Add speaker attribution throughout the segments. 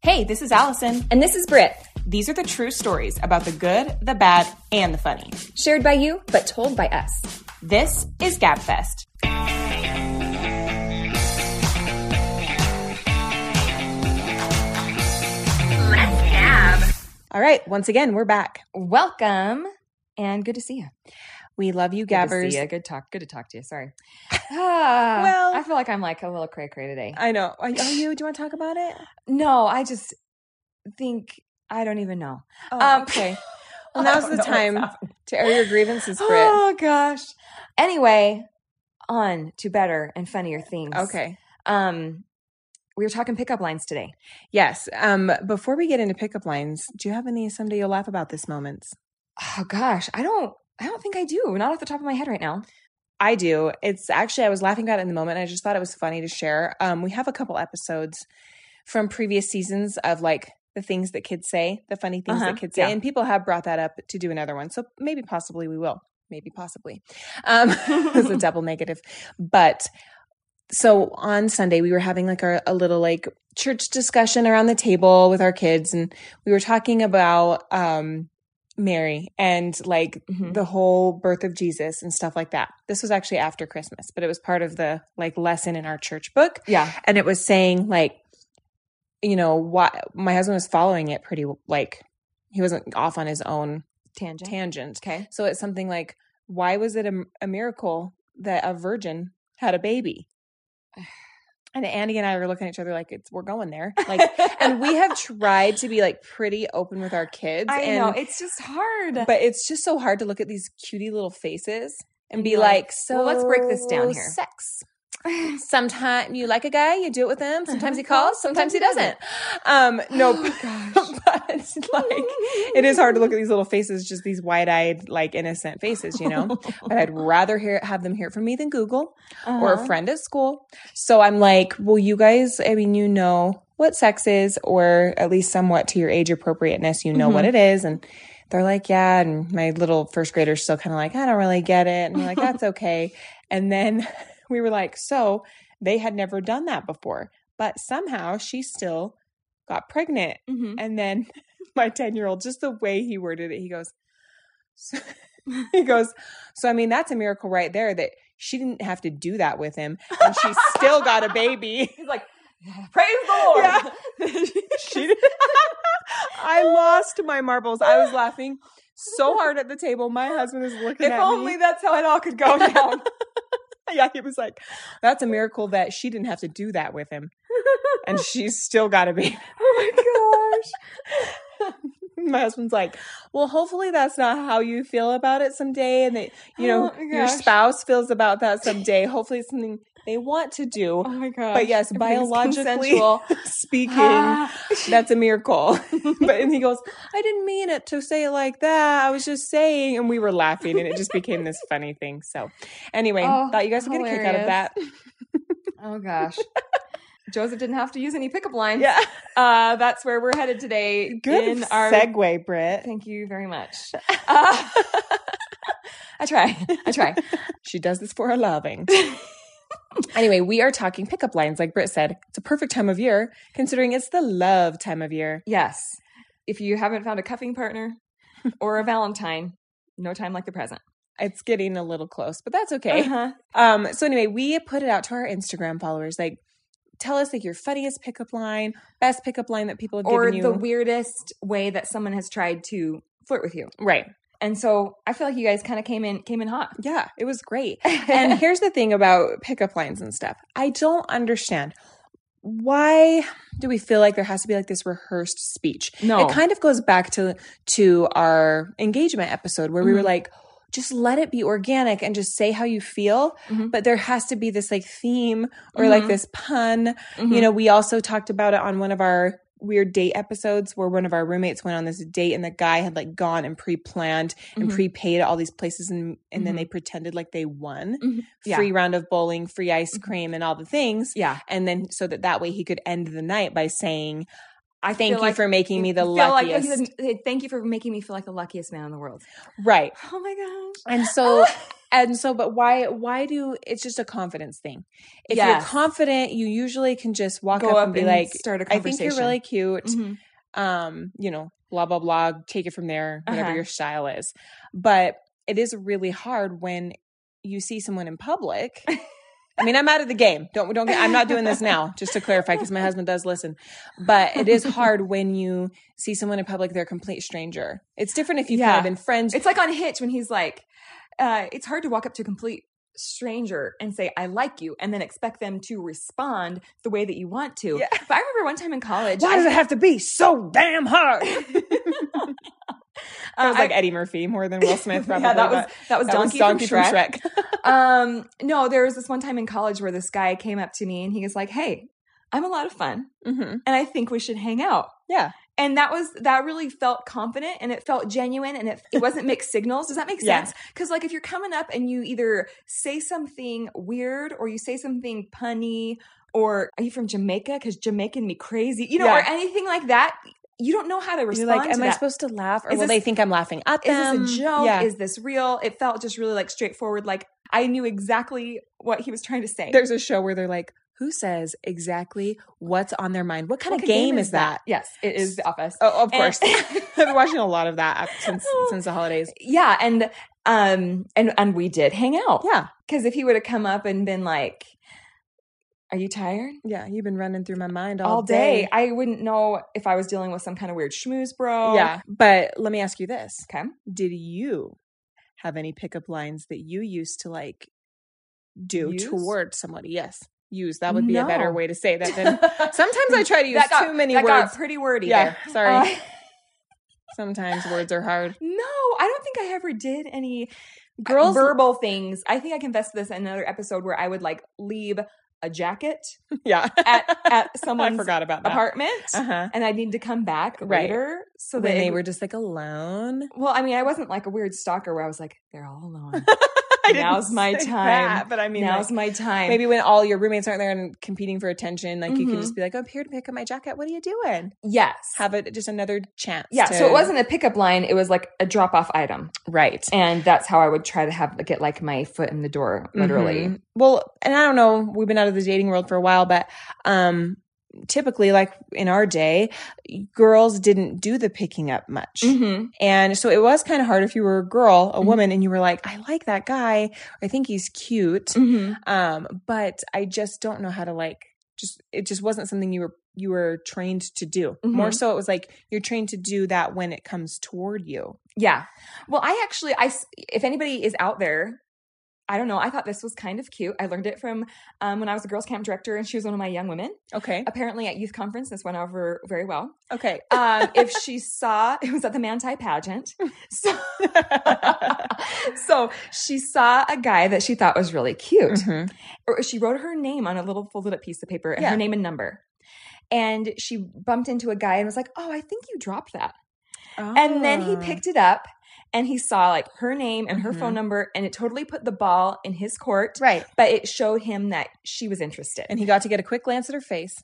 Speaker 1: Hey, this is Allison.
Speaker 2: And this is Britt,
Speaker 1: These are the true stories about the good, the bad, and the funny.
Speaker 2: shared by you, but told by us.
Speaker 1: This is Gabfest.
Speaker 2: Let's gab.
Speaker 1: All right, once again, we're back.
Speaker 2: Welcome and good to see you.
Speaker 1: We love you,
Speaker 2: Good to
Speaker 1: Gabbers.
Speaker 2: see you. Good talk. Good to talk to you. Sorry.
Speaker 1: Well-
Speaker 2: well, I feel like I'm like a little cray cray today.
Speaker 1: I know. Are, are you? Do you want to talk about it?
Speaker 2: no, I just think I don't even know.
Speaker 1: Oh,
Speaker 2: Um,
Speaker 1: okay. Well,
Speaker 2: I
Speaker 1: now's
Speaker 2: don't
Speaker 1: the
Speaker 2: know what's
Speaker 1: time
Speaker 2: happening.
Speaker 1: to air your grievances, Britt.
Speaker 2: Oh gosh. Anyway, on to better and funnier things.
Speaker 1: okay.
Speaker 2: Um, we were talking pickup lines today.
Speaker 1: Yes. Um, before we get into pickup lines, do you have any someday you'll laugh about this moments?
Speaker 2: Oh gosh, I don't. I don't think I do. Not off the top of my head right now.
Speaker 1: I do. It's actually I was laughing about it in the moment. I just thought it was funny to share. Um, we have a couple episodes from previous seasons of like the things that kids say, the funny things
Speaker 2: Uh-huh.
Speaker 1: that kids say,
Speaker 2: Yeah.
Speaker 1: and people have brought that up to do another one. So maybe possibly we will. Maybe possibly. Um, it's a double negative, but. So on Sunday we were having like our a little like church discussion around the table with our kids and we were talking about um Mary and like
Speaker 2: Mhm.
Speaker 1: the whole birth of Jesus and stuff like that. This was actually after Christmas, but it was part of the like lesson in our church book.
Speaker 2: Yeah.
Speaker 1: And it was saying like, you know, why my husband was following it pretty like he wasn't off on his own
Speaker 2: Tangent.
Speaker 1: tangent.
Speaker 2: okay.
Speaker 1: So it's something like, why was it a, a miracle that a virgin had a baby? And Andy and I were looking at each other like it's we're going there. Like and we have tried to be like pretty open with our kids.
Speaker 2: I
Speaker 1: and
Speaker 2: know it's just hard.
Speaker 1: but it's just so hard to look at these cutie little faces and
Speaker 2: And
Speaker 1: be
Speaker 2: you're
Speaker 1: like,
Speaker 2: like,
Speaker 1: so
Speaker 2: "Well, let's break this down here."
Speaker 1: Sex. Sometimes you like a guy, you do it with him. Sometimes he calls, sometimes he doesn't. Um, no,
Speaker 2: Oh, gosh.
Speaker 1: but like it is hard to look at these little faces, just these wide-eyed, like innocent faces, you know. but I'd rather hear have them hear it from me than Google or a
Speaker 2: Uh-huh.
Speaker 1: friend at school. So I'm like, well, you guys, I mean, you know what sex is, or at least somewhat to your age appropriateness, you know what it is. And they're like, yeah. And my little first grader's still kind of like, I don't really get it. And we're like, that's okay. And then we were like, so they had never done that before, but somehow she still got pregnant.
Speaker 2: Mhm.
Speaker 1: And then my 10 year old, just the way he worded it, he goes, so, he goes, so I mean, that's a miracle right there that she didn't have to do that with him and she still got a baby.
Speaker 2: He's like, praise the Lord.
Speaker 1: Yeah. She did- I lost my marbles. I was laughing so hard at the table. My husband is looking
Speaker 2: if
Speaker 1: at
Speaker 2: only
Speaker 1: me.
Speaker 2: that's how it all could go down.
Speaker 1: Yeah, he was like, that's a miracle that she didn't have to do that with him. And she still got a baby.
Speaker 2: oh
Speaker 1: My husband's like, well, hopefully that's not how you feel about it someday. And that, you know,
Speaker 2: Oh my
Speaker 1: your
Speaker 2: gosh.
Speaker 1: spouse feels about that someday. Hopefully it's something they want to do.
Speaker 2: Oh my gosh.
Speaker 1: But yes,
Speaker 2: Everything's
Speaker 1: biologically
Speaker 2: consensual.
Speaker 1: speaking,
Speaker 2: Oh. Ah.
Speaker 1: that's a miracle. but and he goes, I didn't mean it to say it like that. I was just saying, and we were laughing, and it just became this funny thing. So, anyway,
Speaker 2: Oh,
Speaker 1: thought you guys would get a kick out of
Speaker 2: hilarious.
Speaker 1: that.
Speaker 2: Oh gosh. Joseph didn't have to use any pickup lines.
Speaker 1: Yeah,
Speaker 2: Uh, that's where we're headed today.
Speaker 1: good
Speaker 2: in our
Speaker 1: segue, Britt.
Speaker 2: Thank you very much. Uh, I try. I try.
Speaker 1: She does this for a loving. anyway, we are talking pickup lines, like Britt said. It's a perfect time of year, considering it's the love time of year.
Speaker 2: Yes. If you haven't found a cuffing partner or a Valentine, no time like the present.
Speaker 1: It's getting a little close, but that's okay.
Speaker 2: Uh-huh.
Speaker 1: Um, so anyway, we put it out to our Instagram followers, like tell us like your funniest pickup line, best pickup line that people have
Speaker 2: Or
Speaker 1: given you.
Speaker 2: the weirdest way that someone has tried to flirt with you.
Speaker 1: right.
Speaker 2: And so I feel like you guys kind of came in came in hot.
Speaker 1: Yeah, it was great. and here's the thing about pickup lines and stuff. I don't understand why do we feel like there has to be like this rehearsed speech?
Speaker 2: No.
Speaker 1: It kind of goes back to to our engagement episode where we were
Speaker 2: Mhm.
Speaker 1: like just let it be organic and just say how you feel,
Speaker 2: Mhm.
Speaker 1: but there has to be this like theme or like
Speaker 2: Mhm.
Speaker 1: this pun
Speaker 2: Mm-hmm.
Speaker 1: You know, we also talked about it on one of our weird date episodes where one of our roommates went on this date and the guy had like gone and pre-planned and
Speaker 2: Mhm.
Speaker 1: prepaid at all these places and and then
Speaker 2: Mhm.
Speaker 1: they pretended like they won
Speaker 2: Mhm. Yeah. Mm-hmm.
Speaker 1: free round of bowling, free ice cream and all the things
Speaker 2: yeah.
Speaker 1: and then so that that way he could end the night by saying
Speaker 2: I
Speaker 1: Thank
Speaker 2: feel
Speaker 1: you
Speaker 2: like-
Speaker 1: for making me the
Speaker 2: feel like-
Speaker 1: luckiest.
Speaker 2: thank you for making me feel like the luckiest man in the world.
Speaker 1: right.
Speaker 2: Oh my gosh.
Speaker 1: And so and so but why why do it's just a confidence thing. If you're
Speaker 2: Yes.
Speaker 1: confident, you usually can just walk
Speaker 2: Go
Speaker 1: up,
Speaker 2: up
Speaker 1: and be
Speaker 2: and
Speaker 1: like
Speaker 2: start a
Speaker 1: I think you're
Speaker 2: conversation."
Speaker 1: really cute.
Speaker 2: Mhm.
Speaker 1: um, you know, blah blah blah, take it from there, whatever
Speaker 2: Uh-huh.
Speaker 1: your style is. But it is really hard when you see someone in public. I mean, I'm out of the game. Don't don't get I'm not doing this now, just to clarify because my husband does listen. But it is hard when you see someone in public they're a complete stranger. It's different if you've kind
Speaker 2: Yeah.
Speaker 1: of been friends.
Speaker 2: It's like on Hitch when he's like, uh, it's hard to walk up to a complete stranger and say, I like you, and then expect them to respond the way that you want to.
Speaker 1: Yeah.
Speaker 2: But I remember one time in college,
Speaker 1: Why
Speaker 2: I,
Speaker 1: does it have to be so damn hard? It
Speaker 2: uh,
Speaker 1: was like
Speaker 2: I-
Speaker 1: Eddie Murphy more than Will Smith. Probably,
Speaker 2: yeah, that was,
Speaker 1: but
Speaker 2: that was
Speaker 1: that was
Speaker 2: Donkey,
Speaker 1: Donkey
Speaker 2: from Shrek.
Speaker 1: Shrek.
Speaker 2: um no there was this one time in college where this guy came up to me and he was like hey i'm a lot of fun
Speaker 1: Mhm.
Speaker 2: and i think we should hang out
Speaker 1: Yeah,
Speaker 2: and that was that really felt confident and it felt genuine and it, it wasn't mixed signals does that make
Speaker 1: Yeah.
Speaker 2: sense because like if you're coming up and you either say something weird or you say something punny or are you from jamaica because jamaican me crazy you know
Speaker 1: Yeah.
Speaker 2: or anything like that you don't know how to
Speaker 1: you're
Speaker 2: respond
Speaker 1: like,
Speaker 2: to
Speaker 1: am I
Speaker 2: that.
Speaker 1: supposed to laugh, or
Speaker 2: Is
Speaker 1: will
Speaker 2: this-
Speaker 1: they think I'm laughing at
Speaker 2: is
Speaker 1: them?
Speaker 2: this a joke?
Speaker 1: Um, Yeah.
Speaker 2: Is this real? It felt just really like straightforward. Like I knew exactly what he was trying to say.
Speaker 1: there's a show where they're like, who says exactly what's on their mind? What kind
Speaker 2: What
Speaker 1: of game, is that?
Speaker 2: Yes, it is The Office.
Speaker 1: Oh, of
Speaker 2: And-
Speaker 1: course. I've been watching a lot of that up since since the holidays.
Speaker 2: yeah, and um, and and we did hang out
Speaker 1: Yeah,
Speaker 2: because if he would have come up and been like, "Are you tired?"
Speaker 1: yeah. You've been running through my mind all,
Speaker 2: All, day. I wouldn't know if I was dealing with some kind of weird schmooze, bro.
Speaker 1: Yeah, but let me ask you this:
Speaker 2: Okay.
Speaker 1: Did you have any pickup lines that you used to like do
Speaker 2: Use?
Speaker 1: towards somebody? Yes, use. That would be a better
Speaker 2: No.
Speaker 1: way to say that than. Sometimes I try to use
Speaker 2: That got-
Speaker 1: too many
Speaker 2: that
Speaker 1: words.
Speaker 2: got pretty wordy.
Speaker 1: yeah,
Speaker 2: there.
Speaker 1: sorry.
Speaker 2: Uh,
Speaker 1: Sometimes words are hard.
Speaker 2: no, I don't think I ever did any
Speaker 1: Girls,
Speaker 2: verbal things. I think I confessed this in another episode where I would like leave a jacket
Speaker 1: yeah.
Speaker 2: at, at
Speaker 1: I
Speaker 2: someone's
Speaker 1: forgot about that.
Speaker 2: apartment
Speaker 1: Uh-huh.
Speaker 2: and I need to come back
Speaker 1: Right.
Speaker 2: later. So that
Speaker 1: when
Speaker 2: it
Speaker 1: they
Speaker 2: would-
Speaker 1: were just like alone.
Speaker 2: well, I mean, I wasn't like a weird stalker where I was like, they're all alone.
Speaker 1: I didn't
Speaker 2: Now's my
Speaker 1: say
Speaker 2: time.
Speaker 1: that, but I mean,
Speaker 2: Now's
Speaker 1: like,
Speaker 2: my time.
Speaker 1: maybe when all your roommates aren't there and competing for attention, like you can
Speaker 2: Mhm.
Speaker 1: just be like, "Oh, "I'm here to pick up my jacket. What are you doing?"
Speaker 2: yes.
Speaker 1: Have it just another chance.
Speaker 2: yeah.
Speaker 1: to-
Speaker 2: So it wasn't a pickup line. It was like a drop off item.
Speaker 1: right.
Speaker 2: And that's how I would try to have get like my foot in the door, literally.
Speaker 1: Mhm. Well, and I don't know, we've been out of the dating world for a while, but um typically like in our day, girls didn't do the picking up much.
Speaker 2: Mhm.
Speaker 1: And so it was kind of hard if you were a girl, a
Speaker 2: Mhm.
Speaker 1: woman and you were like, "I like that guy. I think he's cute."
Speaker 2: Mhm.
Speaker 1: um but i just don't know how to like just it just wasn't something you were you were trained to do more
Speaker 2: Mhm.
Speaker 1: so it was like you're trained to do that when it comes toward you
Speaker 2: Yeah. Well, I actually, I s- if anybody is out there, I don't know. I thought this was kind of cute. I learned it from um, when I was a girls' camp director, and she was one of my young women.
Speaker 1: okay
Speaker 2: Apparently, at youth conference, this went over very well.
Speaker 1: okay
Speaker 2: Um, if she saw, it was at the Manti pageant, so so she saw a guy that she thought was really cute.
Speaker 1: Mhm.
Speaker 2: Or she wrote her name on a little folded up piece of paper, and
Speaker 1: Yeah.
Speaker 2: her name and number. And she bumped into a guy and was like, "Oh, I think you dropped that." And then he
Speaker 1: Ah.
Speaker 2: picked it up and he saw like her name and her
Speaker 1: Mhm.
Speaker 2: phone number and it totally put the ball in his court,
Speaker 1: right
Speaker 2: but it showed him that she was interested.
Speaker 1: and he got to get a quick glance at her face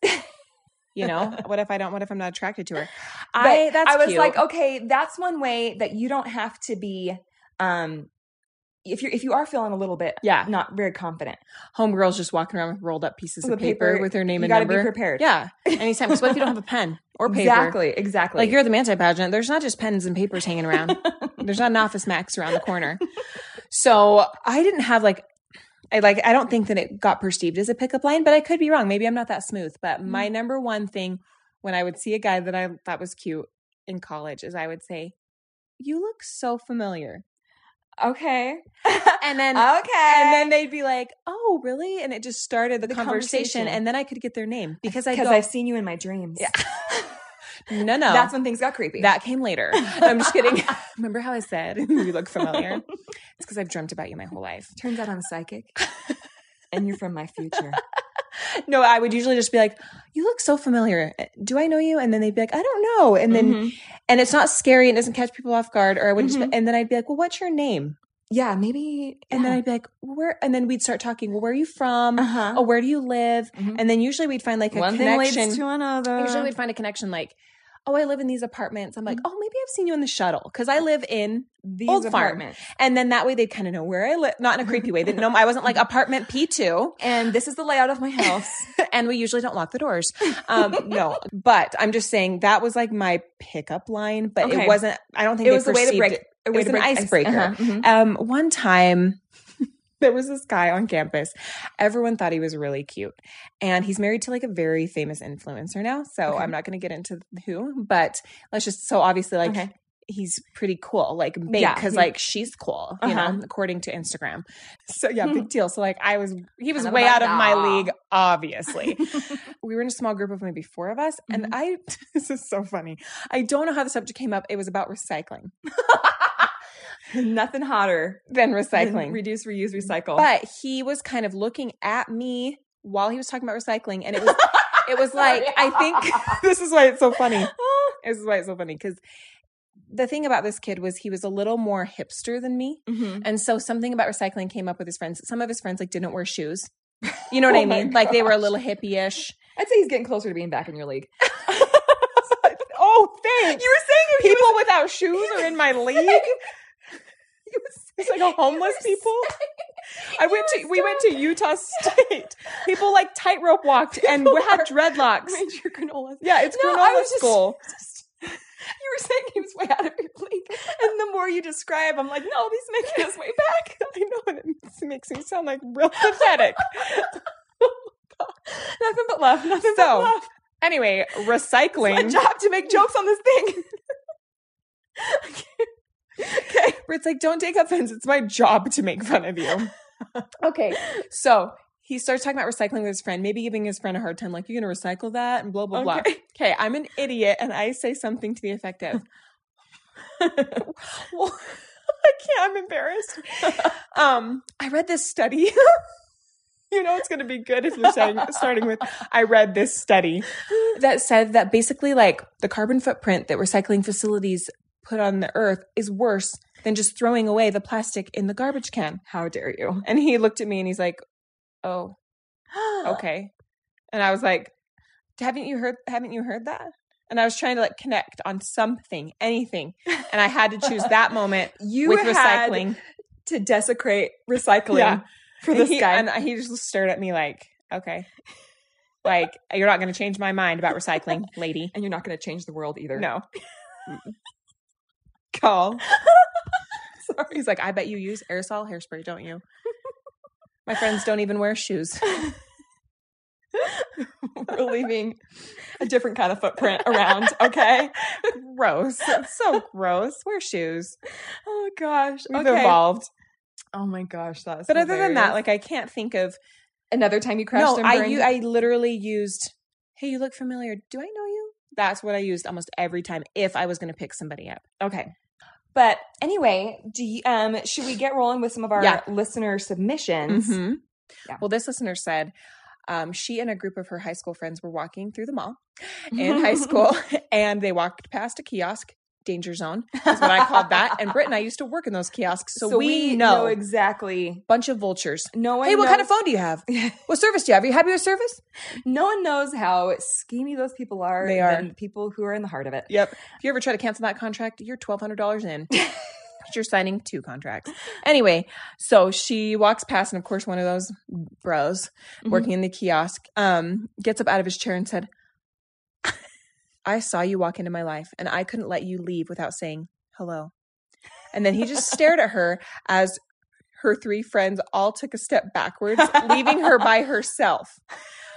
Speaker 1: you know what if i don't what if i'm not attracted to her i
Speaker 2: But
Speaker 1: that's
Speaker 2: I was
Speaker 1: cute.
Speaker 2: like, okay, that's one way that you don't have to be um if you are if you are feeling a little bit
Speaker 1: yeah
Speaker 2: not very confident.
Speaker 1: homegirls just walking around with rolled up pieces
Speaker 2: With
Speaker 1: of
Speaker 2: a
Speaker 1: paper,
Speaker 2: paper,
Speaker 1: with their name
Speaker 2: you
Speaker 1: and
Speaker 2: got to
Speaker 1: number
Speaker 2: be prepared.
Speaker 1: yeah anytime because what if you don't have a pen or paper
Speaker 2: Exactly, exactly.
Speaker 1: Like you're the Manti pageant. There's not just pens and papers hanging around. There's not an office max around the corner. So I didn't have like I like I don't think that it got perceived as a pickup line, but I could be wrong. Maybe I'm not that smooth. But
Speaker 2: Mm-hmm.
Speaker 1: my number one thing when I would see a guy that I thought was cute in college is I would say, You look so familiar.
Speaker 2: okay.
Speaker 1: And then
Speaker 2: okay.
Speaker 1: and then they'd be like, Oh, really? And it just started the,
Speaker 2: The
Speaker 1: conversation,
Speaker 2: conversation.
Speaker 1: And then I could get their name because I
Speaker 2: because
Speaker 1: go,
Speaker 2: I've seen you in my dreams.
Speaker 1: oh. Yeah. No, no.
Speaker 2: That's when things got creepy.
Speaker 1: That came later. No, I'm just kidding. Remember how I said you look familiar? It's because I've dreamt about you my whole life.
Speaker 2: Turns out I'm psychic. and you're from my future.
Speaker 1: No, I would usually just be like, "You look so familiar. Eh, Do I know you?" And then they'd be like, "I don't know." And then
Speaker 2: Mhm.
Speaker 1: and it's not scary and doesn't catch people off guard. Or I would just
Speaker 2: Mhm.
Speaker 1: and then I'd be like, "Well, what's your name?"
Speaker 2: yeah, maybe.
Speaker 1: And then I'd be like, where? And then we'd start talking, well, where are you from?
Speaker 2: uh huh.
Speaker 1: Oh, where do you live?
Speaker 2: Mhm.
Speaker 1: And then usually we'd find like a
Speaker 2: One thing
Speaker 1: connection.
Speaker 2: leads to another.
Speaker 1: usually we'd find a connection like, oh, I live in these apartments. I'm like, oh, maybe I've seen you in the shuttle because I live in,
Speaker 2: these
Speaker 1: old farm.
Speaker 2: apartments.
Speaker 1: and then that way they'd kind of know where I live, not in a creepy way. They didn't know I wasn't like apartment P2.
Speaker 2: And this is the layout of my house.
Speaker 1: and we usually don't lock the doors. Um, no, but I'm just saying that was like my pickup line, but
Speaker 2: Okay.
Speaker 1: it wasn't, I don't think
Speaker 2: it
Speaker 1: they
Speaker 2: was a way to
Speaker 1: perceived
Speaker 2: break.
Speaker 1: it.
Speaker 2: a way
Speaker 1: was
Speaker 2: to
Speaker 1: an
Speaker 2: break ice-
Speaker 1: icebreaker.
Speaker 2: uh-huh, mhm.
Speaker 1: Um, one time, there was this guy on campus. Everyone thought he was really cute, and he's married to like a very famous influencer now. So
Speaker 2: Okay.
Speaker 1: I'm not going to get into who, but let's just so obviously like.
Speaker 2: Okay.
Speaker 1: He's pretty cool, like big,
Speaker 2: Yeah,
Speaker 1: because
Speaker 2: he-
Speaker 1: like she's cool, you
Speaker 2: Uh-huh.
Speaker 1: know, according to Instagram. So yeah, big deal. So like I was, he was
Speaker 2: Kind of
Speaker 1: way
Speaker 2: a
Speaker 1: out of my
Speaker 2: dog.
Speaker 1: league, obviously. we were in a small group of maybe four of us,
Speaker 2: Mm-hmm.
Speaker 1: and I, this is so funny. I don't know how the subject came up. It was about recycling,
Speaker 2: Nothing hotter
Speaker 1: then
Speaker 2: than
Speaker 1: recycling,
Speaker 2: reduce, reuse, recycle.
Speaker 1: but he was kind of looking at me while he was talking about recycling and it was it was like i think this is why it's so funny this is why it's so funny because the thing about this kid was he was a little more hipster than me
Speaker 2: Mhm.
Speaker 1: and so something about recycling came up with his friends some of his friends like didn't wear shoes you know what
Speaker 2: Oh
Speaker 1: i
Speaker 2: my
Speaker 1: mean like they were a
Speaker 2: gosh.
Speaker 1: little hippie-ish
Speaker 2: I'd say he's getting closer to being back in your league.
Speaker 1: oh thanks
Speaker 2: were saying if
Speaker 1: people without shoes are in my league
Speaker 2: you
Speaker 1: It's like a homeless
Speaker 2: You were
Speaker 1: people. I
Speaker 2: you
Speaker 1: went
Speaker 2: were
Speaker 1: to we went to Utah State. People like tightrope walked and
Speaker 2: People
Speaker 1: had
Speaker 2: were-
Speaker 1: dreadlocks.
Speaker 2: made your granola.
Speaker 1: Yeah, it's
Speaker 2: No, I
Speaker 1: granola
Speaker 2: was just-
Speaker 1: school.
Speaker 2: you were saying he was way out of your league, and the more you describe, I'm like, no, he's making his way back.
Speaker 1: I know, and it makes me sound like real pathetic.
Speaker 2: nothing but love. Nothing
Speaker 1: So,
Speaker 2: but love.
Speaker 1: Anyway,
Speaker 2: It's
Speaker 1: recycling.
Speaker 2: my job to make jokes on this thing. okay.
Speaker 1: Where it's like, don't take offense. It's my job to make fun of you. okay, so he starts talking about recycling with his friend, maybe giving his friend a hard time, like you're gonna recycle that and blah blah blah.
Speaker 2: Okay.
Speaker 1: Okay, I'm an idiot, and I say something to the effect of, well, I can't. I'm embarrassed. Um, I read this study. you know, it's going to be good if you're saying starting with I read this study that said that basically, like the carbon footprint that recycling facilities put on the earth is worse than just throwing away the plastic in the garbage can.
Speaker 2: How dare you?
Speaker 1: And he looked at me and he's like, "Oh, okay." And I was like, "Haven't you heard? Haven't you heard that?" And I was trying to like connect on something, anything, and I had to choose that moment
Speaker 2: You
Speaker 1: with
Speaker 2: had
Speaker 1: recycling.
Speaker 2: to desecrate recycling
Speaker 1: Yeah.
Speaker 2: for
Speaker 1: And
Speaker 2: this
Speaker 1: he,
Speaker 2: guy.
Speaker 1: And he just stared at me like, okay. Like, you're not going to change my mind about recycling, lady.
Speaker 2: And you're not going to change the world either.
Speaker 1: No.
Speaker 2: Mm.
Speaker 1: Call. Sorry. He's like, I bet you use aerosol hairspray, don't you? My friends don't even wear shoes.
Speaker 2: We're leaving a different kind of footprint around, okay?
Speaker 1: Gross. It's so gross. Wear shoes.
Speaker 2: Oh gosh.
Speaker 1: We've
Speaker 2: okay.
Speaker 1: evolved.
Speaker 2: Oh my gosh, that's
Speaker 1: But other than that,
Speaker 2: hilarious.
Speaker 1: like, I can't think of.
Speaker 2: another time you crashed
Speaker 1: No,
Speaker 2: and
Speaker 1: I,
Speaker 2: burned.
Speaker 1: u- I literally used, hey, you look familiar. Do I know you? That's what I used almost every time if I was going to pick somebody up.
Speaker 2: okay. But anyway, do you, um should we get rolling with some of our
Speaker 1: Yeah.
Speaker 2: listener submissions?
Speaker 1: Mhm.
Speaker 2: Yeah.
Speaker 1: Well, this listener said um, she and a group of her high school friends were walking through the mall
Speaker 2: Mm-hmm.
Speaker 1: in high school, and they walked past a kiosk. Danger zone is what I called that. And Britt and I used to work in those kiosks, so, we, know a
Speaker 2: exactly.
Speaker 1: bunch of vultures. Oh,
Speaker 2: No one
Speaker 1: hey, what
Speaker 2: knows,
Speaker 1: kind of phone do you have? What service do you have? Are you happy with service?
Speaker 2: No one knows how schemy those people are.
Speaker 1: They are.
Speaker 2: than the people who are in the heart of it.
Speaker 1: Yep. If you ever try to cancel that contract, you're twelve hundred dollars in. 'Cause You're signing two contracts. Anyway, so she walks past, and of course, one of those bros
Speaker 2: Mhm.
Speaker 1: working in the kiosk um, gets up out of his chair and said, "I saw you walk into my life, and I couldn't let you leave without saying hello." And then he just stared at her as her three friends all took a step backwards, leaving her by herself.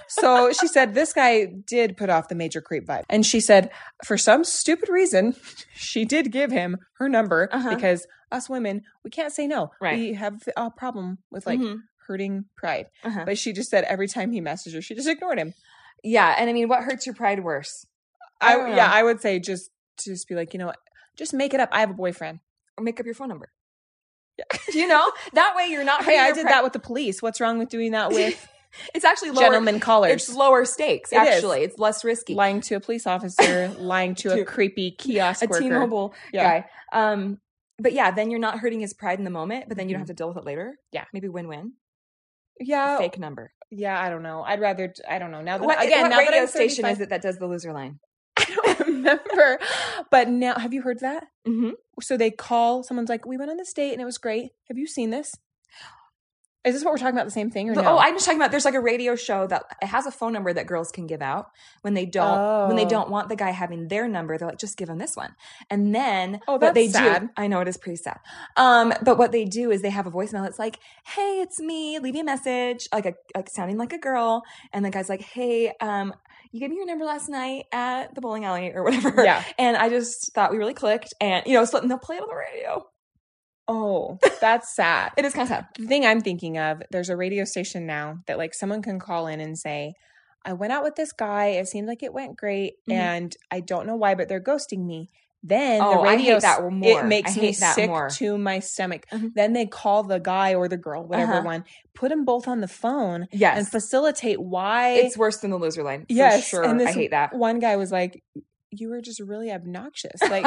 Speaker 1: So she said, This guy did put off the major creep vibe. And she said, For some stupid reason, she did give him her number
Speaker 2: Uh-huh.
Speaker 1: because us women, we can't say no.
Speaker 2: Right.
Speaker 1: We have a problem with like
Speaker 2: Mhm.
Speaker 1: hurting pride.
Speaker 2: Uh-huh.
Speaker 1: But she just said every time he messaged her, she just ignored him.
Speaker 2: yeah, and I mean, what hurts your pride worse? I
Speaker 1: I,
Speaker 2: don't
Speaker 1: yeah,
Speaker 2: know.
Speaker 1: I would say just just be like, you know, what? just make it up. I have a boyfriend.
Speaker 2: Or make up your phone number. you know, that way you're not.
Speaker 1: Hey, I
Speaker 2: hurting
Speaker 1: did
Speaker 2: your
Speaker 1: that with the police. What's wrong with doing that with
Speaker 2: pride. It's actually lower.
Speaker 1: gentlemen callers?
Speaker 2: It's lower stakes.
Speaker 1: It is.
Speaker 2: Actually, it's less risky.
Speaker 1: lying to a police officer, lying to a
Speaker 2: To-
Speaker 1: creepy kiosk
Speaker 2: a
Speaker 1: worker.
Speaker 2: T-Mobile
Speaker 1: Yeah.
Speaker 2: guy. Um, but yeah, then you're not hurting his pride in the moment, but then you don't have to deal with it later.
Speaker 1: Mm-hmm. Yeah.
Speaker 2: Maybe win win.
Speaker 1: Yeah.
Speaker 2: Fake number.
Speaker 1: Yeah, I don't know. I'd rather I don't know. Now that
Speaker 2: What,
Speaker 1: again,
Speaker 2: what
Speaker 1: now
Speaker 2: radio
Speaker 1: that I'm
Speaker 2: station is
Speaker 1: 35
Speaker 2: it that does the loser line?
Speaker 1: I don't remember. but now have you heard that?
Speaker 2: Mm-hmm.
Speaker 1: So they call someone's like, "We went on this date and it was great. Have you seen this?" Is this what we're talking about? The same thing or
Speaker 2: The-
Speaker 1: no?
Speaker 2: Oh, I'm just talking about. There's like a radio show that it has a phone number that girls can give out when they don't when they
Speaker 1: Oh.
Speaker 2: don't want the guy having their number. They're like, just give him this one, and then
Speaker 1: Oh,
Speaker 2: what
Speaker 1: that's
Speaker 2: they do.
Speaker 1: sad.
Speaker 2: I know it is pretty sad. Um, but what they do is they have a voicemail. It's like, hey, it's me. Leave me a message, like a like sounding like a girl, and the guy's like, hey, um, you gave me your number last night at the bowling alley or whatever.
Speaker 1: Yeah.
Speaker 2: And I just thought we really clicked, and you know, so and they'll play it on the radio.
Speaker 1: Oh, that's sad.
Speaker 2: It is kind of sad.
Speaker 1: the thing I'm thinking of, there's a radio station now that like someone can call in and say, I went out with this guy. It seemed like it went great.
Speaker 2: Mhm.
Speaker 1: And I don't know why, but they're ghosting me. Then
Speaker 2: Oh,
Speaker 1: the
Speaker 2: I hate
Speaker 1: radio, s-
Speaker 2: that more.
Speaker 1: it makes
Speaker 2: I
Speaker 1: me
Speaker 2: hate that
Speaker 1: sick
Speaker 2: more.
Speaker 1: to my stomach.
Speaker 2: Mhm.
Speaker 1: Then they call the guy or the girl, whatever
Speaker 2: Uh-huh.
Speaker 1: one, put them both on the phone
Speaker 2: Yes.
Speaker 1: and facilitate why.
Speaker 2: it's worse than the loser line. for
Speaker 1: yes.
Speaker 2: sure.
Speaker 1: And this
Speaker 2: I hate that.
Speaker 1: One guy was like, you were just really obnoxious. Like,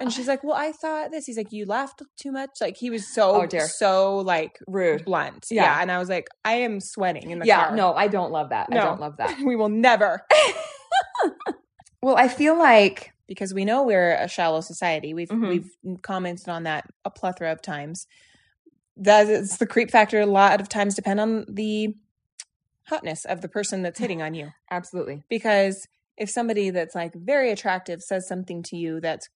Speaker 1: and she's like, well, I thought this. He's like, you laughed too much. Like he was so,
Speaker 2: Oh, dear.
Speaker 1: so like
Speaker 2: rude.
Speaker 1: blunt. Yeah.
Speaker 2: Yeah.
Speaker 1: And I was like, I am sweating in the
Speaker 2: Yeah,
Speaker 1: car.
Speaker 2: no, I don't love that.
Speaker 1: No.
Speaker 2: I don't love that.
Speaker 1: We will never.
Speaker 2: Well, I feel like
Speaker 1: Because we know we're a shallow society. We've
Speaker 2: Mhm.
Speaker 1: we've commented on that a plethora of times. That is the creep factor a lot of times depend on the hotness of the person that's hitting on you.
Speaker 2: absolutely
Speaker 1: Because if somebody that's like very attractive says something to you that's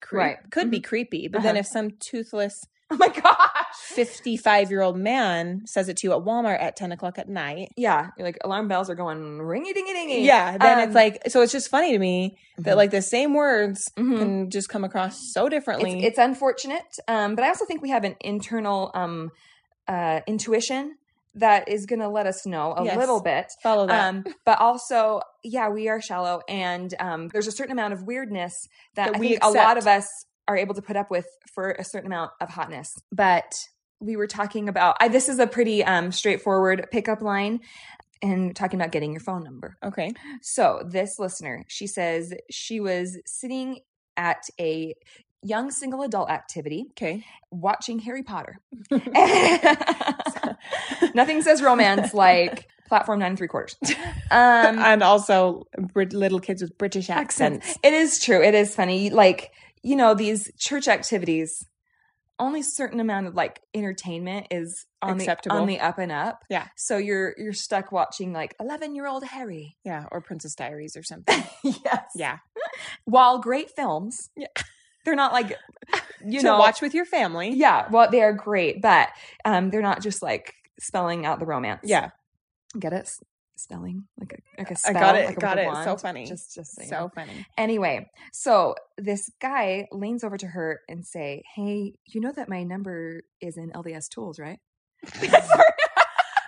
Speaker 1: creep,
Speaker 2: Right. Mm-hmm. Uh-huh.
Speaker 1: could be creepy, but then if some toothless
Speaker 2: Oh my gosh.
Speaker 1: 55 year old man says it to you at Walmart at 10 o'clock at night,
Speaker 2: Yeah, you're like alarm bells are going ringy dingy dingy.
Speaker 1: yeah, then
Speaker 2: Um,
Speaker 1: it's like, so it's just funny to me that
Speaker 2: Mhm.
Speaker 1: like the same words
Speaker 2: Mhm.
Speaker 1: can just come across so differently.
Speaker 2: it's, it's unfortunate, um, but I also think we have an internal um, uh, intuition that is going to let us know a
Speaker 1: Yes.
Speaker 2: little bit.
Speaker 1: Follow that.
Speaker 2: Um, but also, yeah, we are shallow, and um, there's a certain amount of weirdness that,
Speaker 1: That
Speaker 2: I
Speaker 1: we
Speaker 2: think a lot
Speaker 1: accept.
Speaker 2: of us are able to put up with for a certain amount of hotness. But we were talking about I, this is a pretty um, straightforward pickup line, and talking about getting your phone number.
Speaker 1: okay.
Speaker 2: So, this listener, she says she was sitting at a young single adult activity
Speaker 1: Okay.
Speaker 2: watching Harry Potter. Nothing says romance like platform nine and three quarters. Um,
Speaker 1: and also Brit- little kids with British accents.
Speaker 2: it is true. It is funny. Like, you know, these church activities, only certain amount of like entertainment is on
Speaker 1: Acceptable.
Speaker 2: the on the up and up.
Speaker 1: Yeah.
Speaker 2: So you're you're stuck watching like eleven year old Harry.
Speaker 1: Yeah. Or Princess Diaries or something.
Speaker 2: yes.
Speaker 1: yeah.
Speaker 2: While great films,
Speaker 1: Yeah.
Speaker 2: they're not like you
Speaker 1: to
Speaker 2: know
Speaker 1: watch with your family.
Speaker 2: Yeah, well, they are great, but um, they're not just like spelling out the romance.
Speaker 1: Yeah.
Speaker 2: get it? S- Spelling like a like a
Speaker 1: I
Speaker 2: spell.
Speaker 1: got it.
Speaker 2: like a-
Speaker 1: got
Speaker 2: with a
Speaker 1: it. So
Speaker 2: wand.
Speaker 1: funny.
Speaker 2: Just just so. you
Speaker 1: so
Speaker 2: know.
Speaker 1: funny.
Speaker 2: Anyway, so this guy leans over to her and say, "Hey, you know that my number is in LDS Tools, right?"
Speaker 1: I'm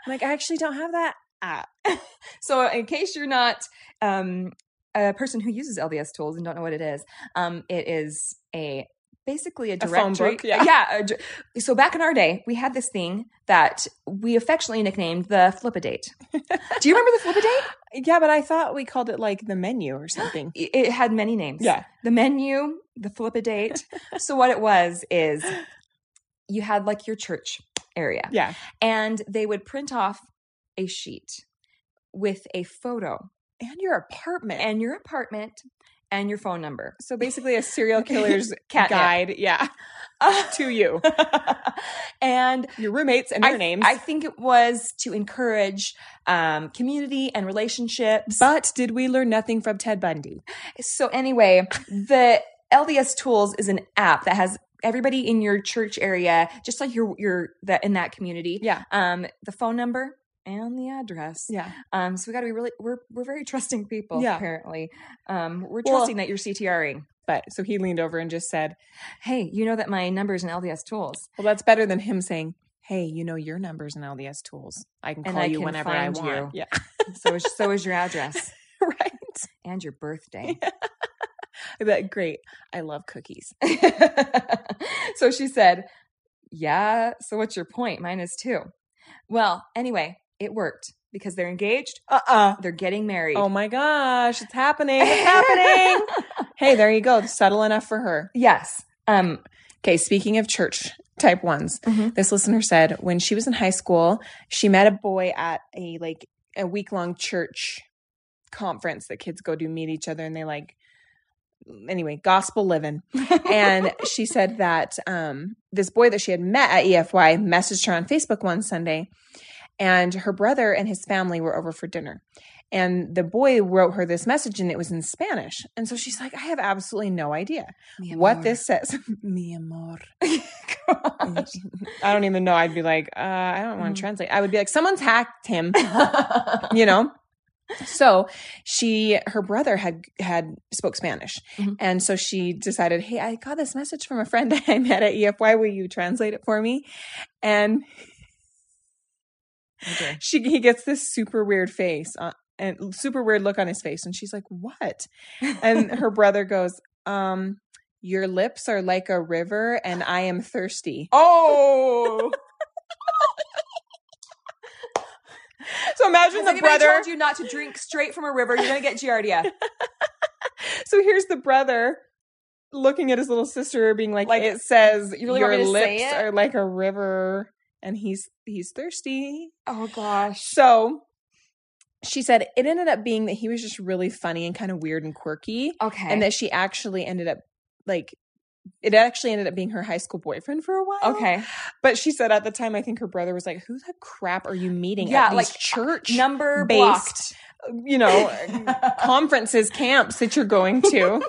Speaker 1: like, I actually don't have that app.
Speaker 2: so, in case you're not um, a person who uses LDS Tools and don't know what it is, um, it is a basically a
Speaker 1: A phone
Speaker 2: directory.
Speaker 1: book, yeah.
Speaker 2: a dir- so back in our day, we had this thing that we affectionately nicknamed the flip a date. Do you remember the flip a date?
Speaker 1: Yeah, but I thought we called it like the menu or something.
Speaker 2: It it had many names. the menu, the flip a date. so what it was is you had like your church area,
Speaker 1: Yeah.
Speaker 2: and they would print off a sheet with a photo
Speaker 1: And your apartment.
Speaker 2: and your apartment and your phone number.
Speaker 1: so basically a serial killer's
Speaker 2: Catnip.
Speaker 1: guide. Yeah. to you.
Speaker 2: and
Speaker 1: Your roommates and
Speaker 2: I,
Speaker 1: their names.
Speaker 2: I think it was to encourage um, community and relationships.
Speaker 1: But did we learn nothing from Ted Bundy?
Speaker 2: So anyway, the LDS Tools is an app that has everybody in your church area, just like your your that in that community.
Speaker 1: Yeah.
Speaker 2: Um, the phone number and the address.
Speaker 1: Yeah.
Speaker 2: Um, so we got to be really we're we're very trusting people.
Speaker 1: Yeah.
Speaker 2: Apparently, um, we're
Speaker 1: Well-
Speaker 2: trusting that you're CTRing.
Speaker 1: But so he leaned over and just said,
Speaker 2: Hey, you know that my number is in LDS Tools,
Speaker 1: Well, that's better than him saying, Hey, you know your numbers and LDS tools. I can
Speaker 2: And
Speaker 1: call
Speaker 2: I
Speaker 1: you
Speaker 2: can
Speaker 1: whenever I
Speaker 2: find
Speaker 1: want. Yeah.
Speaker 2: so is, so is your address
Speaker 1: right.
Speaker 2: and your birthday.
Speaker 1: I bet great. I love cookies.
Speaker 2: so she said, Yeah, so what's your point? Mine is two. Well, anyway, it worked because they're engaged,
Speaker 1: Uh uh
Speaker 2: they're getting married.
Speaker 1: Oh my gosh, it's happening. It's happening. hey, there you go. Subtle enough for her.
Speaker 2: yes. Um,
Speaker 1: Okay, speaking of church type ones,
Speaker 2: Mhm.
Speaker 1: this listener said when she was in high school, she met a boy at a like a week long church conference that kids go to meet each other and they like anyway, gospel living. And she said that um this boy that she had met at EFY messaged her on Facebook one Sunday and her brother and his family were over for dinner. And the boy wrote her this message and it was in Spanish. And so she's like, I have absolutely no idea
Speaker 2: Mi
Speaker 1: what
Speaker 2: amor.
Speaker 1: this says. Mi amor.
Speaker 2: Gosh.
Speaker 1: I don't even know. I'd be like, uh, I don't want
Speaker 2: Mhm.
Speaker 1: to translate. I would be like, someone's hacked him, you know? So she, her brother had, had spoke Spanish.
Speaker 2: Mhm.
Speaker 1: And so she decided, Hey, I got this message from a friend I met at EFY. Will you translate it for me? And
Speaker 2: Okay.
Speaker 1: she, he gets this super weird face on, and super weird look on his face. And she's like, what? And her brother goes, um, your lips are like a river and I am thirsty.
Speaker 2: oh.
Speaker 1: So imagine
Speaker 2: Has
Speaker 1: the
Speaker 2: anybody
Speaker 1: brother.
Speaker 2: told you not to drink straight from a river? You're gonna get giardia.
Speaker 1: So here's the brother looking at his little sister, being like,
Speaker 2: Like,
Speaker 1: "It says
Speaker 2: you really
Speaker 1: your
Speaker 2: want me to say
Speaker 1: lips
Speaker 2: it?"
Speaker 1: are like a river, and he's he's thirsty."
Speaker 2: Oh gosh.
Speaker 1: So she said it ended up being that he was just really funny and kind of weird and quirky,
Speaker 2: Okay.
Speaker 1: and that she actually ended up like it actually ended up being her high school boyfriend for a while.
Speaker 2: okay.
Speaker 1: but she said at the time, I think her brother was like, "Who the crap are you meeting
Speaker 2: Yeah,
Speaker 1: at these
Speaker 2: like, uh,
Speaker 1: church?"
Speaker 2: Number
Speaker 1: Based.
Speaker 2: blocked.
Speaker 1: you know, conferences, camps that you're going to.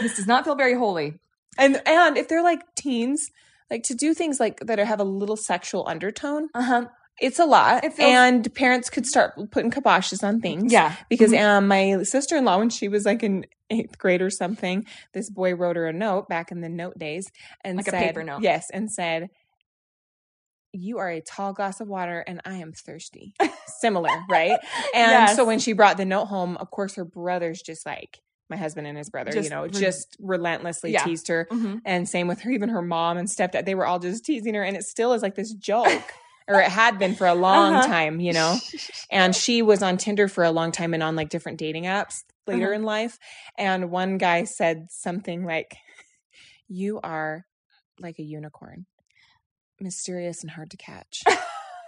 Speaker 2: this does not feel very holy.
Speaker 1: and and if they're like teens like to do things like that have a little sexual undertone
Speaker 2: Uh huh.
Speaker 1: it's a lot
Speaker 2: It feels-
Speaker 1: and parents could start putting kiboshes on things
Speaker 2: Yeah. Mm-hmm.
Speaker 1: because um, my sister-in-law when she was like in eighth grade or something this boy wrote her a note back in the note days and
Speaker 2: Like a
Speaker 1: said
Speaker 2: paper note.
Speaker 1: yes and said you are a tall glass of water and i am thirsty similar right and
Speaker 2: Yes.
Speaker 1: so when she brought the note home of course her brother's just like my husband and his brother you
Speaker 2: Just
Speaker 1: know
Speaker 2: re-
Speaker 1: just relentlessly
Speaker 2: Yeah.
Speaker 1: teased her
Speaker 2: Mhm.
Speaker 1: and same with her, even her mom and stepdad. They were all just teasing her, and it still is like this joke, or it had been for a long
Speaker 2: Uh-huh.
Speaker 1: time, you know. And she was on Tinder for a long time and on like different dating apps later
Speaker 2: Uh-huh.
Speaker 1: in life. And one guy said something like, "You are like a unicorn, mysterious and hard to catch,"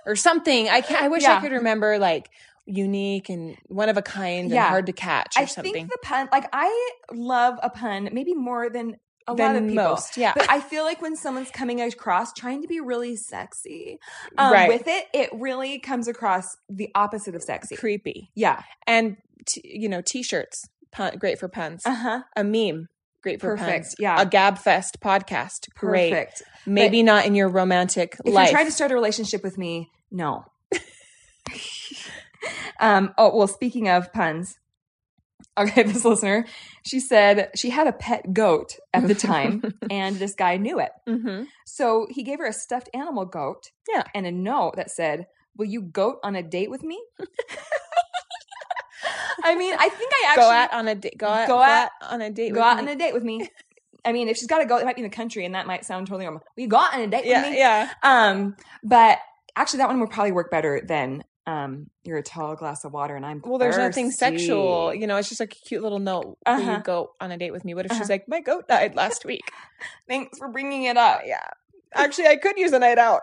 Speaker 1: or something. I can I wish I
Speaker 2: Yeah.
Speaker 1: could remember like unique and one of a kind and
Speaker 2: Yeah.
Speaker 1: hard to catch or
Speaker 2: I
Speaker 1: something.
Speaker 2: think the pun. Like I love a pun, maybe more than a lot of
Speaker 1: Than
Speaker 2: people.
Speaker 1: most, yeah,
Speaker 2: But I feel like when someone's coming across trying to be really sexy um,
Speaker 1: Right.
Speaker 2: with it, it really comes across the opposite of sexy.
Speaker 1: creepy.
Speaker 2: yeah.
Speaker 1: and t- you know t-shirts pun- great for puns
Speaker 2: Uh huh.
Speaker 1: a meme great for
Speaker 2: Perfect.
Speaker 1: puns
Speaker 2: Yeah.
Speaker 1: a gab fest podcast great
Speaker 2: Perfect.
Speaker 1: maybe not in your romantic
Speaker 2: If
Speaker 1: life
Speaker 2: you're trying to start a relationship with me, no. um, oh, well, speaking of puns, okay, this listener, she said she had a pet goat at the time, and this guy knew it.
Speaker 1: Mhm.
Speaker 2: So he gave her a stuffed animal goat
Speaker 1: Yeah.
Speaker 2: and a note that said, Will you goat on a date with me? I mean, I think I actually
Speaker 1: go out on a date go out
Speaker 2: Go
Speaker 1: go
Speaker 2: out-
Speaker 1: out on a date
Speaker 2: go
Speaker 1: with
Speaker 2: out
Speaker 1: me.
Speaker 2: on a date with me. I mean, if she's got a goat, it might be in the country, and that might sound totally normal. Will you go out on a date
Speaker 1: yeah
Speaker 2: with me?
Speaker 1: yeah
Speaker 2: Um, but actually, that one would probably work better than um, you're a tall glass of water and I'm
Speaker 1: well there's nothing
Speaker 2: thirsty.
Speaker 1: sexual you know it's just like a cute little note will
Speaker 2: Uh-huh.
Speaker 1: you go on a date with me what if
Speaker 2: Uh-huh.
Speaker 1: she's like my goat died last week
Speaker 2: Thanks for bringing it up.
Speaker 1: yeah actually i could use a night out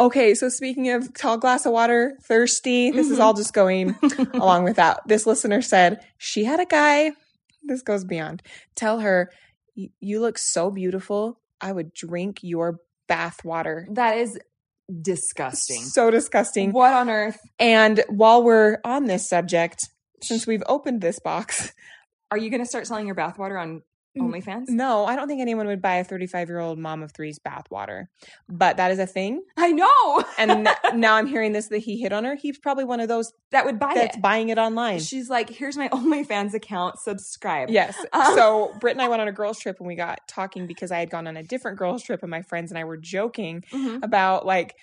Speaker 1: okay so speaking of tall glass of water thirsty this is
Speaker 2: Mhm.
Speaker 1: all just going along with that, this listener said she had a guy. This goes beyond. Tell her "Y- you look so beautiful. I would drink your bath water.
Speaker 2: that is disgusting.
Speaker 1: So disgusting.
Speaker 2: What on earth?
Speaker 1: And while we're on this subject, since we've opened this box,
Speaker 2: Are you going to start selling your bathwater on
Speaker 1: Mm,
Speaker 2: OnlyFans?
Speaker 1: no, I don't think anyone would buy a 35 year old mom of three's bath water, but that is a thing.
Speaker 2: I know
Speaker 1: And now I'm hearing this that he hit on her. He's probably one of those
Speaker 2: that would buy
Speaker 1: that's
Speaker 2: it.
Speaker 1: buying it online.
Speaker 2: She's like, here's my OnlyFans account. Subscribe.
Speaker 1: Yes.
Speaker 2: Um,
Speaker 1: so Britt and I went on a girls trip and we got talking because I had gone on a different girls trip and my friends and I were joking
Speaker 2: Mhm.
Speaker 1: about like,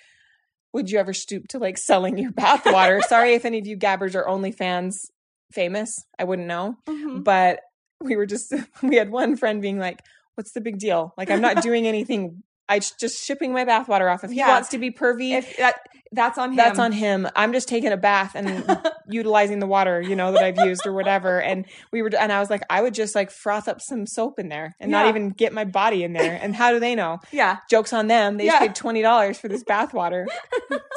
Speaker 1: would you ever stoop to like selling your bathwater? Sorry if any of you gabbers are OnlyFans famous. I wouldn't know.
Speaker 2: Mhm.
Speaker 1: But we were just we had one friend being like, What's the big deal? Like I'm not doing anything I sh- just shipping my bathwater off. If he
Speaker 2: Yeah.
Speaker 1: wants to be pervy,
Speaker 2: If that that's on him.
Speaker 1: that's on him. I'm just taking a bath and utilizing the water, you know, that I've used or whatever. And we were, and I was like, I would just like froth up some soap in there and not
Speaker 2: Yeah.
Speaker 1: even get my body in there. And how do they know?
Speaker 2: Yeah.
Speaker 1: Jokes on them. They
Speaker 2: Yeah.
Speaker 1: just paid twenty dollars for this bath water.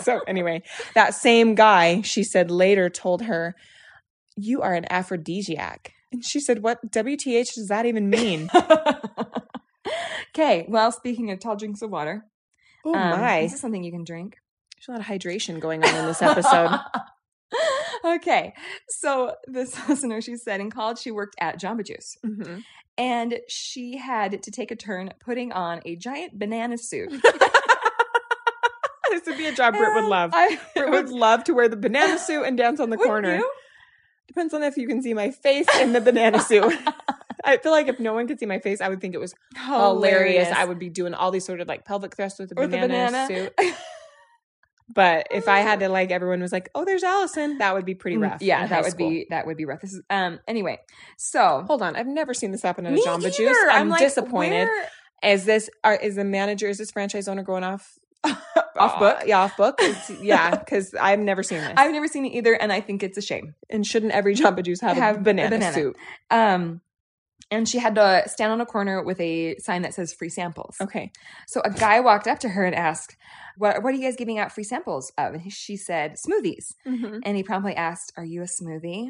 Speaker 1: so anyway, that same guy, she said later, told her, "You are an aphrodisiac." And she said, "What WTH does that even mean?"
Speaker 2: okay. Well, speaking of tall drinks of water,
Speaker 1: Oh
Speaker 2: um,
Speaker 1: my!
Speaker 2: this is something you can drink.
Speaker 1: There's a lot of hydration going on in this episode.
Speaker 2: okay. So this listener, she said in college she worked at Jamba Juice,
Speaker 1: Mhm.
Speaker 2: and she had to take a turn putting on a giant banana suit.
Speaker 1: This would be a job Britt would
Speaker 2: And
Speaker 1: love.
Speaker 2: I
Speaker 1: Britt would love to wear the banana suit and dance on the
Speaker 2: Wouldn't
Speaker 1: corner.
Speaker 2: you?
Speaker 1: Depends on if you can see my face in the banana suit. I feel like if no one could see my face, I would think it was hilarious. I would be doing all these sort of like pelvic thrusts with a
Speaker 2: With a
Speaker 1: banana,
Speaker 2: banana.
Speaker 1: suit. But if I had to like everyone was like, "Oh, there's Allison," that would be pretty
Speaker 2: Mm,
Speaker 1: rough.
Speaker 2: Yeah,
Speaker 1: in
Speaker 2: that
Speaker 1: high
Speaker 2: would
Speaker 1: school.
Speaker 2: be that would be rough. This is um anyway. So
Speaker 1: Hold on, I've never seen this happen at a
Speaker 2: Me
Speaker 1: Jamba Juice.
Speaker 2: either.
Speaker 1: I'm,
Speaker 2: like,
Speaker 1: disappointed.
Speaker 2: where-
Speaker 1: Is this are, is the manager? Is this franchise owner going off uh,
Speaker 2: Off book?
Speaker 1: yeah, off book. It's- yeah, because I've never seen this.
Speaker 2: I've never seen it either, and I think it's a shame.
Speaker 1: and shouldn't every Jamba Juice have,
Speaker 2: Have
Speaker 1: a
Speaker 2: a
Speaker 1: banana,
Speaker 2: banana.
Speaker 1: suit?
Speaker 2: Um, and she had to stand on a corner with a sign that says free samples.
Speaker 1: Okay.
Speaker 2: So a guy walked up to her and asked, "What what are you guys giving out free samples of?" And he, she said, "Smoothies." And he promptly asked, "Are you a smoothie?"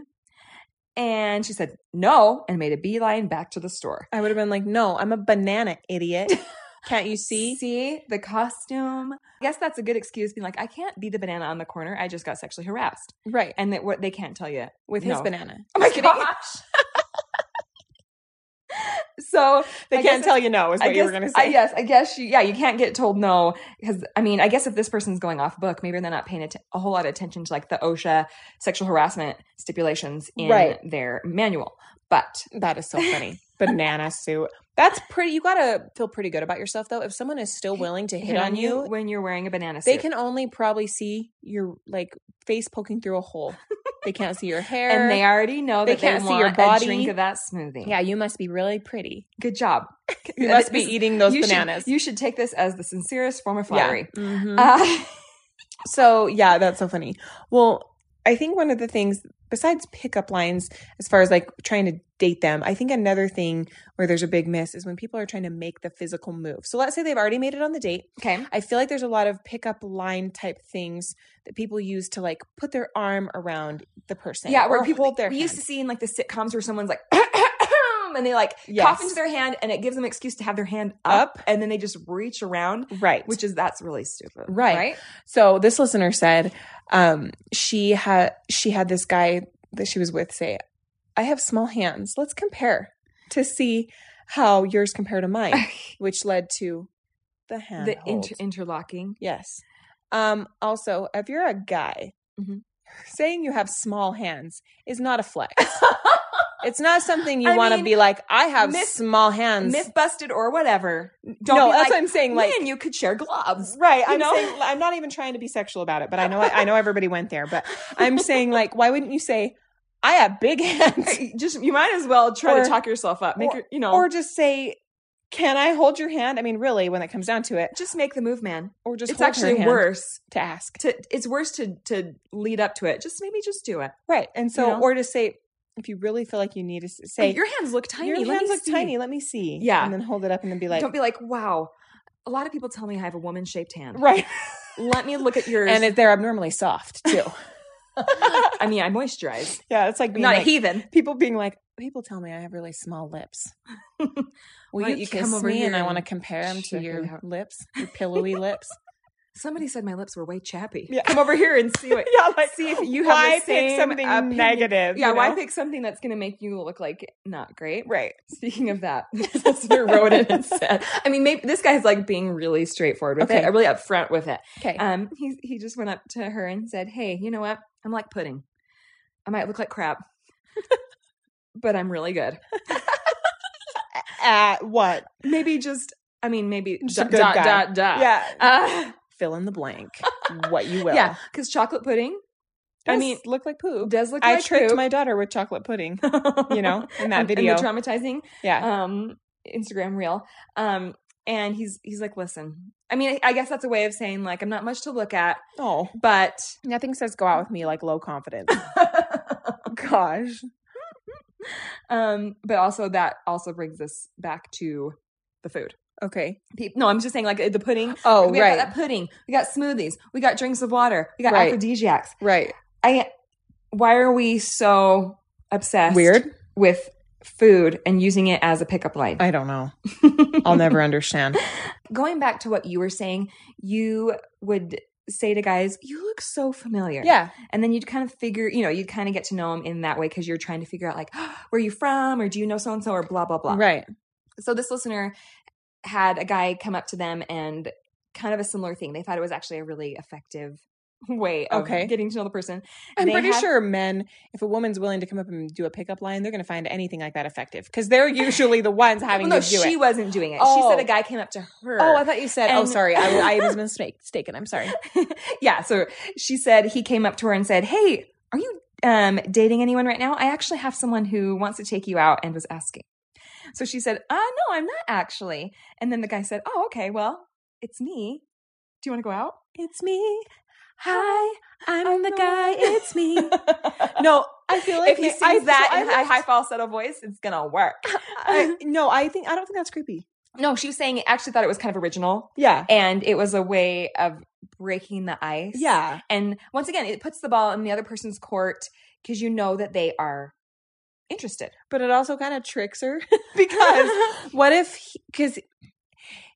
Speaker 2: And she said, "No," and made a beeline back to the store.
Speaker 1: I would have been like, no, I'm a banana idiot. Can't you see?
Speaker 2: See the costume. I guess that's a good excuse being like, I can't be the banana on the corner. I just got sexually harassed.
Speaker 1: Right.
Speaker 2: And that what they can't tell you.
Speaker 1: With his
Speaker 2: No.
Speaker 1: banana.
Speaker 2: Oh my
Speaker 1: Just kidding.
Speaker 2: gosh. so
Speaker 1: They
Speaker 2: I
Speaker 1: can't
Speaker 2: guess-
Speaker 1: tell you no, is what
Speaker 2: I
Speaker 1: you
Speaker 2: guess,
Speaker 1: were going to
Speaker 2: I,
Speaker 1: say.
Speaker 2: yes, I guess you, yeah, you can't get told no because I mean, I guess if this person's going off book, maybe they're not paying atten- a whole lot of attention to like the OSHA sexual harassment stipulations in
Speaker 1: Right.
Speaker 2: their manual. But
Speaker 1: That is so funny. banana suit. That's pretty. You got to feel pretty good about yourself, though. If someone is still willing to hit, on you,
Speaker 2: when you're wearing a banana suit.
Speaker 1: they can only probably see your like face poking through a hole. they can't see your hair.
Speaker 2: and they already know
Speaker 1: They
Speaker 2: that they
Speaker 1: can't see
Speaker 2: want
Speaker 1: your
Speaker 2: a
Speaker 1: body.
Speaker 2: drink of that smoothie.
Speaker 1: Yeah, you must be really pretty.
Speaker 2: good job.
Speaker 1: You must be
Speaker 2: This-
Speaker 1: eating those
Speaker 2: you should-
Speaker 1: bananas.
Speaker 2: you should take this as the sincerest form of flattery.
Speaker 1: Yeah. Mhm.
Speaker 2: Uh,
Speaker 1: So yeah, that's so funny. Well, I think one of the things besides pickup lines, as far as like trying to date them, I think another thing where there's a big miss is when people are trying to make the physical move. So let's say they've already made it on the date.
Speaker 2: okay.
Speaker 1: I feel like there's a lot of pickup line type things that people use to like put their arm around the person.
Speaker 2: Yeah, where
Speaker 1: or
Speaker 2: people
Speaker 1: hold their
Speaker 2: we used to
Speaker 1: hand.
Speaker 2: see in like the sitcoms where someone's like and they like
Speaker 1: Yes.
Speaker 2: cough into their hand and it gives them an excuse to have their hand
Speaker 1: Up.
Speaker 2: up, and then they just reach around,
Speaker 1: right.
Speaker 2: which is that's really stupid.
Speaker 1: Right. So this listener said um, she had she had this guy that she was with say, "I have small hands. Let's compare to see how yours compare to mine," which led to the hand
Speaker 2: the
Speaker 1: hold.
Speaker 2: inter- interlocking.
Speaker 1: yes. Um, also, if you're a guy,
Speaker 2: Mhm.
Speaker 1: saying you have small hands is not a flex. it's not something you
Speaker 2: I
Speaker 1: want to
Speaker 2: mean,
Speaker 1: be like. I have
Speaker 2: myth-
Speaker 1: small hands.
Speaker 2: Myth busted or whatever. Don't
Speaker 1: no,
Speaker 2: be
Speaker 1: that's
Speaker 2: like,
Speaker 1: what I'm saying. Like
Speaker 2: man, you could share gloves.
Speaker 1: Right.
Speaker 2: You
Speaker 1: I'm
Speaker 2: know?
Speaker 1: saying I'm not even trying to be sexual about it, but I know I know everybody went there, but I'm saying like why wouldn't you say I have big hands
Speaker 2: Just you might as well try
Speaker 1: Or-
Speaker 2: to talk yourself up. Make your, you know,
Speaker 1: or just say can I hold your hand? I mean really when it comes down to it
Speaker 2: just make the move, man.
Speaker 1: or just
Speaker 2: it's
Speaker 1: hold her
Speaker 2: actually
Speaker 1: hand
Speaker 2: worse
Speaker 1: to ask.
Speaker 2: to it's worse to to lead up to it. Just maybe just do it.
Speaker 1: Right. And so
Speaker 2: You know?
Speaker 1: or to say if you really feel like you need to s- say
Speaker 2: Like, your hands look tiny.
Speaker 1: "Your
Speaker 2: Let me
Speaker 1: hands look
Speaker 2: see."
Speaker 1: tiny, let me see.
Speaker 2: Yeah.
Speaker 1: And then hold it up and then be like
Speaker 2: Don't be like, wow. A lot of people tell me I have a woman shaped hand.
Speaker 1: right.
Speaker 2: Let me look at yours.
Speaker 1: and it, they're abnormally soft too.
Speaker 2: I mean, I moisturize.
Speaker 1: yeah, it's like
Speaker 2: I'm
Speaker 1: being
Speaker 2: not a
Speaker 1: like-
Speaker 2: heathen.
Speaker 1: people being like, people tell me I have really small lips. Will
Speaker 2: Why
Speaker 1: you,
Speaker 2: don't you
Speaker 1: kiss
Speaker 2: come over
Speaker 1: me? And
Speaker 2: here
Speaker 1: I want to
Speaker 2: and
Speaker 1: compare them to
Speaker 2: check it
Speaker 1: your
Speaker 2: out?
Speaker 1: lips, your pillowy lips.
Speaker 2: Somebody said my lips were way chappy.
Speaker 1: Yeah.
Speaker 2: Come over here and see what.
Speaker 1: yeah, like
Speaker 2: see if you have
Speaker 1: why
Speaker 2: the same
Speaker 1: pick something
Speaker 2: opinion.
Speaker 1: negative?
Speaker 2: Yeah,
Speaker 1: you
Speaker 2: why
Speaker 1: know?
Speaker 2: pick something that's going to make you look like not great?
Speaker 1: right?
Speaker 2: Speaking of that, this listener wrote in and said, I mean, maybe this guy's like being really straightforward with
Speaker 1: Okay.
Speaker 2: it, uh, really upfront with it.
Speaker 1: Okay,
Speaker 2: Um, he he just went up to her and said, "Hey, you know what? I'm like pudding. I might look like crap, but I'm really good.
Speaker 1: at what?
Speaker 2: Maybe just, I mean, maybe
Speaker 1: Just a
Speaker 2: dot
Speaker 1: good
Speaker 2: dot
Speaker 1: guy.
Speaker 2: dot dot.
Speaker 1: yeah,
Speaker 2: Uh,
Speaker 1: fill in the blank. what you will.
Speaker 2: yeah, because chocolate pudding.
Speaker 1: I
Speaker 2: Does
Speaker 1: mean, look like poop.
Speaker 2: Does look
Speaker 1: I
Speaker 2: like
Speaker 1: tricked
Speaker 2: poop.
Speaker 1: my daughter with chocolate pudding. you know, in uh, that
Speaker 2: And-
Speaker 1: video.
Speaker 2: and the traumatizing
Speaker 1: Yeah,
Speaker 2: um, Instagram reel. Um, and he's he's like, listen. I mean, I guess that's a way of saying like I'm not much to look at,
Speaker 1: Oh,
Speaker 2: but
Speaker 1: nothing says go out with me like low confidence. Oh, Gosh.
Speaker 2: um, but also that also brings us back to the food.
Speaker 1: Okay.
Speaker 2: Pe- No, I'm just saying like the pudding.
Speaker 1: Oh,
Speaker 2: we
Speaker 1: right.
Speaker 2: got that pudding. We got smoothies. We got drinks of water. We got
Speaker 1: Right.
Speaker 2: aphrodisiacs.
Speaker 1: Right.
Speaker 2: I. Why are we so obsessed?
Speaker 1: Weird.
Speaker 2: with food and using it as a pickup line.
Speaker 1: I don't know. I'll never understand.
Speaker 2: Going back to what you were saying, you would say to guys, "You look so familiar."
Speaker 1: Yeah.
Speaker 2: and then you'd kind of figure, you know, you'd kind of get to know them in that way because you're trying to figure out like, "Oh, where are you from, or do you know so and so, or blah blah blah.
Speaker 1: Right.
Speaker 2: So this listener had a guy come up to them and kind of a similar thing. They thought it was actually a really effective way of
Speaker 1: Okay.
Speaker 2: getting to know the person.
Speaker 1: I'm
Speaker 2: They
Speaker 1: pretty
Speaker 2: had-
Speaker 1: sure men, if a woman's willing to come up and do a pickup line, they're going to find anything like that effective because they're usually the ones having
Speaker 2: well, no,
Speaker 1: to do
Speaker 2: she
Speaker 1: it.
Speaker 2: wasn't doing it. She
Speaker 1: Oh.
Speaker 2: said a guy came up to her.
Speaker 1: Oh, I thought you said. oh,
Speaker 2: And-
Speaker 1: sorry. I, I was mistake- mistaken. I'm sorry.
Speaker 2: yeah. So she said he came up to her and said, "Hey, are you um, dating anyone right now? I actually have someone who wants to take you out and was asking." So she said, "Uh, no, I'm not actually." And then the guy said, "Oh, okay. Well, it's me. Do you want to go out?
Speaker 1: It's me.
Speaker 2: Hi, I'm,
Speaker 1: I'm
Speaker 2: the
Speaker 1: the
Speaker 2: guy.
Speaker 1: one."
Speaker 2: It's me."
Speaker 1: No, I feel like
Speaker 2: if he
Speaker 1: ma-
Speaker 2: sings
Speaker 1: I- so
Speaker 2: that
Speaker 1: I
Speaker 2: in a
Speaker 1: like-
Speaker 2: high falsetto voice, it's gonna work.
Speaker 1: I- no, I think I don't think that's creepy.
Speaker 2: no, she was saying it actually thought it was kind of original,
Speaker 1: Yeah.
Speaker 2: and it was a way of breaking the ice.
Speaker 1: Yeah.
Speaker 2: And once again, it puts the ball in the other person's court because you know that they are interested.
Speaker 1: But it also kind of tricks her because what if because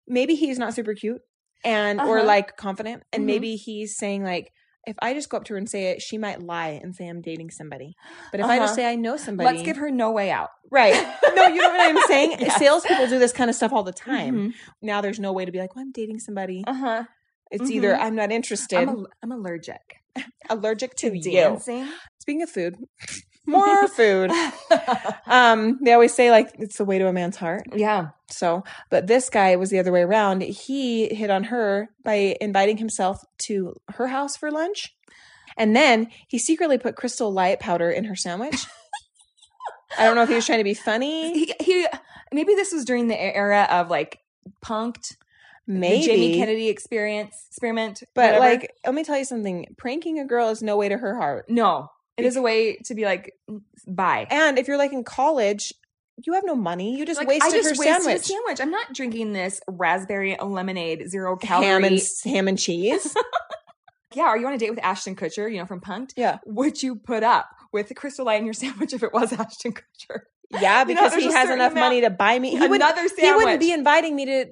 Speaker 1: maybe he's not super cute and or
Speaker 2: Uh-huh.
Speaker 1: like confident and
Speaker 2: Mhm.
Speaker 1: maybe he's saying like if i just go up to her and say it she might lie and say i'm dating somebody but if i just
Speaker 2: Uh-huh.
Speaker 1: say i know somebody
Speaker 2: Let's give her no way out.
Speaker 1: right no you know what i'm saying
Speaker 2: Yes.
Speaker 1: salespeople do this kind of stuff all the time
Speaker 2: Mm-hmm.
Speaker 1: Uh-huh. now there's no way to be like well i'm dating somebody
Speaker 2: Uh huh.
Speaker 1: it's either
Speaker 2: Mhm.
Speaker 1: i'm not interested
Speaker 2: I'm, al- I'm allergic
Speaker 1: allergic to,
Speaker 2: to
Speaker 1: you
Speaker 2: dancing.
Speaker 1: speaking of food more food um they always say like it's the way to a man's heart
Speaker 2: yeah.
Speaker 1: So, but this guy was the other way around. He hit on her by inviting himself to her house for lunch. And then he secretly put crystal light powder in her sandwich. I don't know if he was trying to be funny.
Speaker 2: He, he maybe this was during the e, era of like punked
Speaker 1: Maybe.
Speaker 2: the Jamie Kennedy experience experiment,
Speaker 1: but
Speaker 2: whatever.
Speaker 1: like, let me tell you something pranking a girl is no way to her heart.
Speaker 2: no, it is a way to be like bye.
Speaker 1: And if you're like in college, you have no money. You just
Speaker 2: Like,
Speaker 1: wasted
Speaker 2: I
Speaker 1: her
Speaker 2: just wasted
Speaker 1: sandwich.
Speaker 2: a sandwich. I'm not drinking this raspberry lemonade zero calorie
Speaker 1: Ham and ham and cheese.
Speaker 2: yeah, are you on a date with Ashton Kutcher, you know, from Punked?
Speaker 1: Yeah.
Speaker 2: Would you put up with the crystal light in your sandwich if it was Ashton Kutcher?
Speaker 1: Yeah,
Speaker 2: You know,
Speaker 1: because
Speaker 2: there's
Speaker 1: he
Speaker 2: a
Speaker 1: has
Speaker 2: certain
Speaker 1: enough money to buy me. He wouldn't-
Speaker 2: Another
Speaker 1: He wouldn't
Speaker 2: sandwich.
Speaker 1: be inviting me to.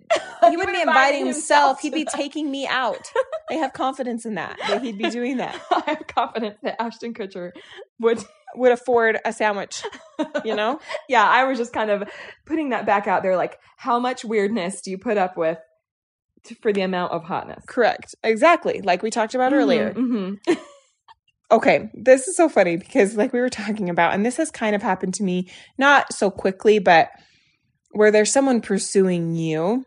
Speaker 1: He wouldn't be inviting himself. He'd be taking me out. I have confidence in that. That he'd be doing that.
Speaker 2: I have confidence that Ashton Kutcher would.
Speaker 1: Would afford a sandwich. You know.
Speaker 2: Yeah, I was just kind of putting that back out there. Like, how much weirdness do you put up with to, for the amount of hotness?
Speaker 1: Correct. Exactly. Like we talked about earlier.
Speaker 2: Mhm, mhm.
Speaker 1: Okay. This is so funny because like we were talking about, and this has kind of happened to me, not so quickly, but where there's someone pursuing you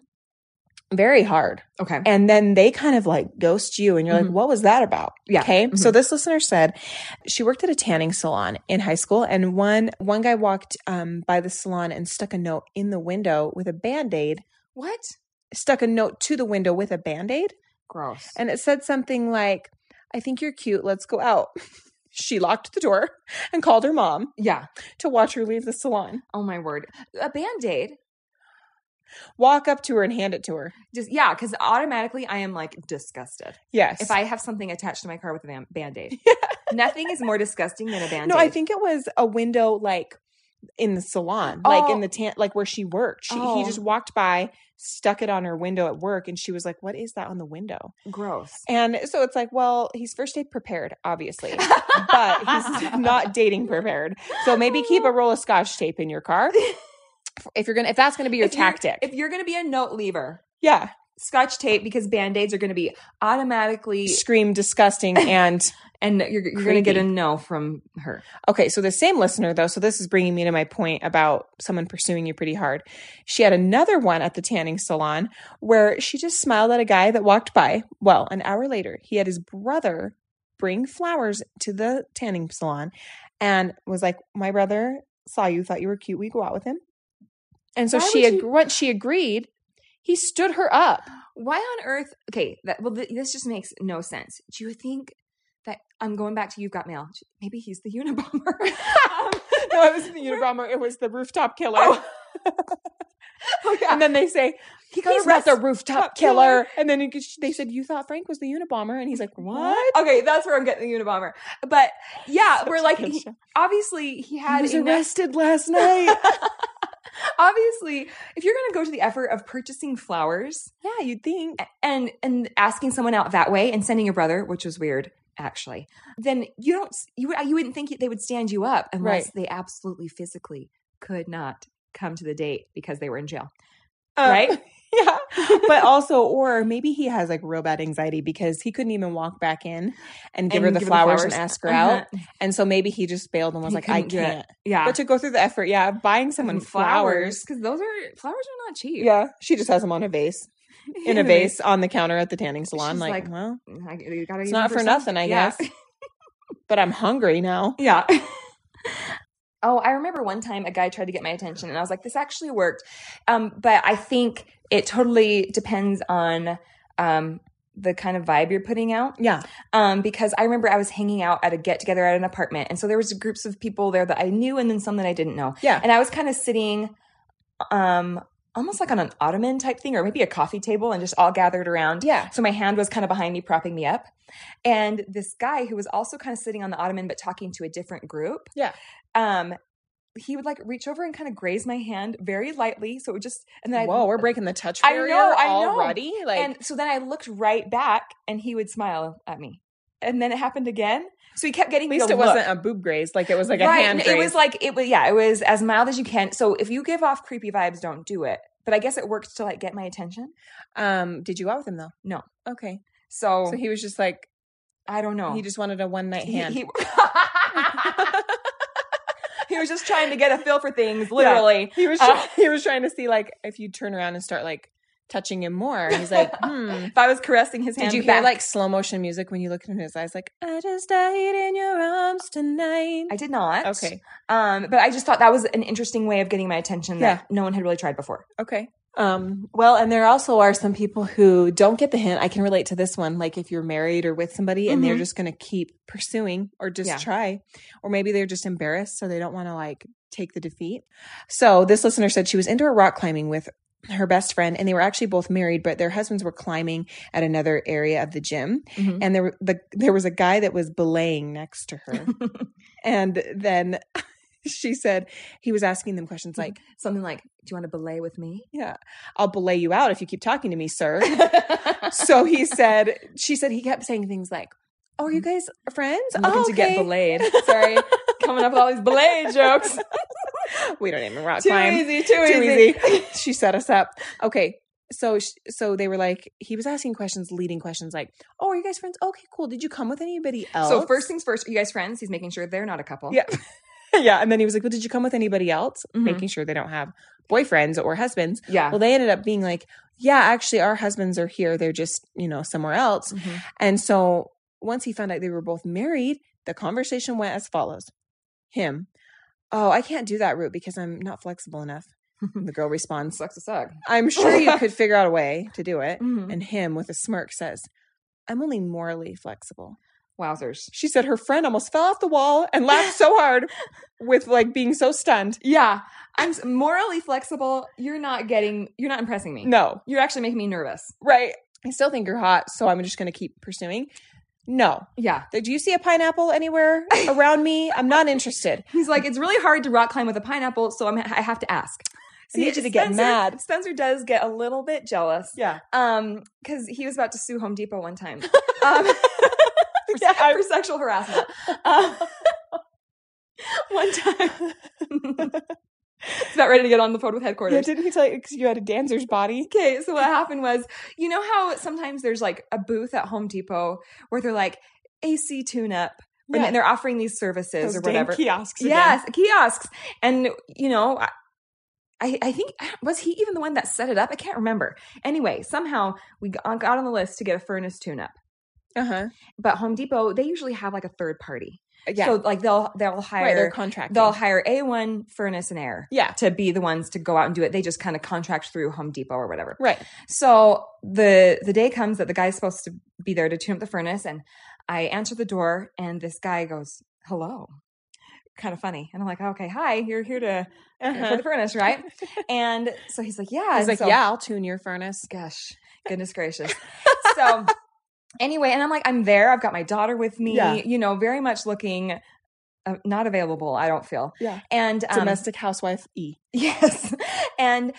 Speaker 1: very hard.
Speaker 2: Okay.
Speaker 1: and then they kind of like ghost you and you're
Speaker 2: Mhm.
Speaker 1: like what was that about
Speaker 2: Yeah.
Speaker 1: okay so
Speaker 2: Mhm.
Speaker 1: this listener said she worked at a tanning salon in high school and one one guy walked um, by the salon and stuck a note in the window with a band-aid
Speaker 2: What?
Speaker 1: stuck a note to the window with a band-aid
Speaker 2: Gross.
Speaker 1: and it said something like i think you're cute let's go out she locked the door and called her mom
Speaker 2: yeah.
Speaker 1: to watch her leave the salon
Speaker 2: Oh my word. A band aid.
Speaker 1: walk up to her and hand it to her
Speaker 2: Just yeah, because automatically I am like disgusted.
Speaker 1: yes
Speaker 2: if I have something attached to my car with a band aid. Nothing is more disgusting than a band aid.
Speaker 1: No, I think it was a window like in the salon, like in
Speaker 2: Oh.
Speaker 1: the tan, like where she worked. She, He
Speaker 2: Oh.
Speaker 1: just walked by, stuck it on her window at work, and she was like, "What is that on the window?"
Speaker 2: gross.
Speaker 1: And so it's like, well, he's first aid prepared, obviously, but he's not dating prepared. So maybe keep a roll of scotch tape in your car if you're gonna if that's gonna be your
Speaker 2: If you're-
Speaker 1: tactic.
Speaker 2: If you're going to be a note leaver,
Speaker 1: yeah,
Speaker 2: scotch tape because band aids are going to be automatically,
Speaker 1: scream disgusting and
Speaker 2: and you're, you're going to get a
Speaker 1: Creepy.
Speaker 2: no from her.
Speaker 1: Okay, so the same listener, though, so this is bringing me to my point about someone pursuing you pretty hard. She had another one at the tanning salon where she just smiled at a guy that walked by. Well, an hour later, he had his brother bring flowers to the tanning salon and was like, My brother saw you, thought you were cute. We go out with him. And so
Speaker 2: Why
Speaker 1: she,
Speaker 2: would
Speaker 1: ag-
Speaker 2: you-
Speaker 1: once she agreed, He stood her up.
Speaker 2: Why on earth? Okay, that, well, th- this just makes no sense. Do you think that I'm going back to You've Got Mail? Maybe he's the Unabomber. um,
Speaker 1: No, it wasn't the Unabomber. It was the rooftop killer.
Speaker 2: Oh. oh, yeah.
Speaker 1: And then they say,
Speaker 2: he got
Speaker 1: he's not the
Speaker 2: arrested.
Speaker 1: rooftop killer. And then he- they said, you thought Frank was the Unabomber. And he's like, what?
Speaker 2: Okay, that's where I'm getting the Unabomber. But yeah, we're like, he-
Speaker 1: he
Speaker 2: obviously, he had
Speaker 1: was
Speaker 2: enough-
Speaker 1: arrested last night.
Speaker 2: obviously if you're going to go to the effort of purchasing flowers
Speaker 1: yeah, you'd think.
Speaker 2: and and asking someone out that way and sending your brother which was weird actually then you don't you, would- you wouldn't think they would stand you up unless
Speaker 1: Right.
Speaker 2: they absolutely physically could not come to the date because they were in jail
Speaker 1: Um,
Speaker 2: right
Speaker 1: Yeah. But also, or maybe he has like real bad anxiety because he couldn't even walk back in and give her
Speaker 2: And
Speaker 1: the
Speaker 2: give her the
Speaker 1: flowers, and
Speaker 2: flowers.
Speaker 1: ask her out.
Speaker 2: Uh-huh.
Speaker 1: And so maybe he just bailed and was
Speaker 2: He
Speaker 1: like, I
Speaker 2: couldn't do it.
Speaker 1: can't.
Speaker 2: yeah
Speaker 1: But to go through the effort, yeah, of buying someone flowers.
Speaker 2: because those are flowers are not cheap
Speaker 1: Yeah, she just has them on a vase, in a vase on the counter at the tanning salon.
Speaker 2: She's
Speaker 1: like,
Speaker 2: like,
Speaker 1: well,
Speaker 2: I- you gotta
Speaker 1: it's
Speaker 2: use
Speaker 1: not
Speaker 2: them
Speaker 1: for
Speaker 2: something.
Speaker 1: nothing, I
Speaker 2: Yeah.
Speaker 1: guess. but I'm hungry now.
Speaker 2: Yeah. oh, I remember one time a guy tried to get my attention, and I was like, "This actually worked," um, but I think it totally depends on um, the kind of vibe you're putting out.
Speaker 1: Yeah.
Speaker 2: Um, because I remember I was hanging out at a get together at an apartment, and so there was groups of people there that I knew, and then some that I didn't know,
Speaker 1: Yeah.
Speaker 2: and I was kind of sitting. Um, Almost like on an ottoman type thing, or maybe a coffee table, and just all gathered around.
Speaker 1: Yeah.
Speaker 2: So my hand was kind of behind me, propping me up. And this guy who was also kind of sitting on the ottoman, but talking to a different group.
Speaker 1: Yeah.
Speaker 2: Um, he would like reach over and kind of graze my hand very lightly. So it would just, and then
Speaker 1: Whoa,
Speaker 2: I,
Speaker 1: we're breaking the touch
Speaker 2: I
Speaker 1: barrier
Speaker 2: know, I know.
Speaker 1: already. Like,
Speaker 2: and so then I looked right back and he would smile at me. And then it happened again. So he kept getting
Speaker 1: at
Speaker 2: me
Speaker 1: least
Speaker 2: to
Speaker 1: it
Speaker 2: look.
Speaker 1: wasn't a boob graze. Like, it was like
Speaker 2: right.
Speaker 1: a hand
Speaker 2: and
Speaker 1: graze.
Speaker 2: It was like, it was, yeah, it was as mild as you can. So if you give off creepy vibes, don't do it. But I guess it worked to like get my attention.
Speaker 1: um, did you out with him though?
Speaker 2: No.
Speaker 1: Okay.
Speaker 2: So,
Speaker 1: So he was just like,
Speaker 2: I don't know.
Speaker 1: he just wanted a one night hand.
Speaker 2: He, he was just trying to get a feel for things, literally.
Speaker 1: He was
Speaker 2: Uh,
Speaker 1: try- he was trying to see like if you turn around and start like touching him more. And he's like, hmm.
Speaker 2: If I was caressing his hand,
Speaker 1: Did you hear
Speaker 2: back,
Speaker 1: like slow motion music when you looked in his eyes? Like, I just died in your arms tonight.
Speaker 2: I did not.
Speaker 1: okay,
Speaker 2: Um, but I just thought that was an interesting way of getting my attention that
Speaker 1: Yeah.
Speaker 2: no one had really tried before.
Speaker 1: okay. Um, well, and there also are some people who don't get the hint. I can relate to this one. Like if you're married or with somebody and they're
Speaker 2: Mhm.
Speaker 1: just going to keep pursuing or just
Speaker 2: Yeah.
Speaker 1: try, or maybe they're just embarrassed. So they don't want to like take the defeat. So this listener said she was indoor rock climbing with her best friend and they were actually both married, but their husbands were climbing at another area of the gym. and there were- the, there was a guy that was belaying next to her and then she said he was asking them questions like
Speaker 2: Something like, "Do you want to belay with me?"
Speaker 1: yeah i'll belay you out if you keep talking to me sir so he said she said he kept saying things like oh are you guys friends
Speaker 2: I'm Mm. looking
Speaker 1: oh,
Speaker 2: to get
Speaker 1: okay."
Speaker 2: belayed. Sorry, coming up with all these belay jokes.
Speaker 1: we don't even rock
Speaker 2: too
Speaker 1: climb
Speaker 2: easy, too,
Speaker 1: too
Speaker 2: easy.
Speaker 1: easy. she set us up. Okay. So, sh- so they were like, he was asking questions, leading questions like, "Oh, are you guys friends? Okay, cool. Did you come with anybody else?"
Speaker 2: So first things first, are you guys friends? He's making sure they're not a couple.
Speaker 1: Yeah. yeah. And then he was like, Well, did you come with anybody else?
Speaker 2: Mhm.
Speaker 1: Making sure they don't have boyfriends or husbands.
Speaker 2: yeah.
Speaker 1: Well, they ended up being like, Yeah, actually, our husbands are here. They're just, you know, somewhere else.
Speaker 2: Mhm.
Speaker 1: And so once he found out they were both married, the conversation went as follows Him, Oh, I can't do that route because I'm not flexible enough. the girl responds,
Speaker 2: Sucks to suck.
Speaker 1: I'm sure you could figure out a way to do it.
Speaker 2: Mhm.
Speaker 1: And him, with a smirk, says, I'm only morally flexible.
Speaker 2: Wowzers.
Speaker 1: She said her friend almost fell off the wall and laughed so hard with like being so stunned.
Speaker 2: Yeah, I'm s- morally flexible. You're not getting. You're not impressing me.
Speaker 1: No,
Speaker 2: You're actually making me nervous.
Speaker 1: right. I still think you're hot, so I'm just going to keep pursuing. No.
Speaker 2: Yeah.
Speaker 1: Do you see a pineapple anywhere around me? I'm not interested.
Speaker 2: He's like, it's really hard to rock climb with a pineapple, so I'm, I have to ask.
Speaker 1: I need you to get mad.
Speaker 2: Spencer does get a little bit jealous.
Speaker 1: Yeah.
Speaker 2: Um, because he was about to sue Home Depot one time. Um, for,
Speaker 1: Yeah, I-
Speaker 2: for sexual harassment. Um, one time. He's about ready to get on the phone with headquarters.
Speaker 1: didn't he tell you because you had a dancer's body?
Speaker 2: Okay, so what happened was, you know how sometimes there's like a booth at Home Depot where they're like AC tune up,
Speaker 1: Yeah.
Speaker 2: and then they're offering these services or whatever.
Speaker 1: kiosks.
Speaker 2: Yes, kiosks. And you know, I- I, I think was he even the one that set it up? I can't remember. Anyway, somehow we uh, got got on the list to get a furnace tune-up.
Speaker 1: Uh huh.
Speaker 2: But Home Depot, they usually have like a third party.
Speaker 1: Yeah.
Speaker 2: So like they'll they'll hire
Speaker 1: right. They're contracting.
Speaker 2: they'll hire A1 Furnace and Air
Speaker 1: yeah.
Speaker 2: to be the ones to go out and do it. They just kind of contract through Home Depot or whatever.
Speaker 1: Right.
Speaker 2: So the the day comes that the guy's supposed to be there to tune up the furnace, and I answer the door, and this guy goes, "Hello." Kind of funny, and I'm like, "Okay, hi, you're here to for the furnace, right?" and so he's like, "Yeah."
Speaker 1: Uh-huh. I was
Speaker 2: And
Speaker 1: like,
Speaker 2: so-
Speaker 1: yeah, I'll tune your furnace.
Speaker 2: Gosh, goodness gracious. so anyway, and I'm like, I'm there. I've got my daughter with me.
Speaker 1: Yeah.
Speaker 2: You know, very much looking uh, not available. I don't feel.
Speaker 1: Yeah.
Speaker 2: And um,
Speaker 1: Domestic housewife E.
Speaker 2: Yes. And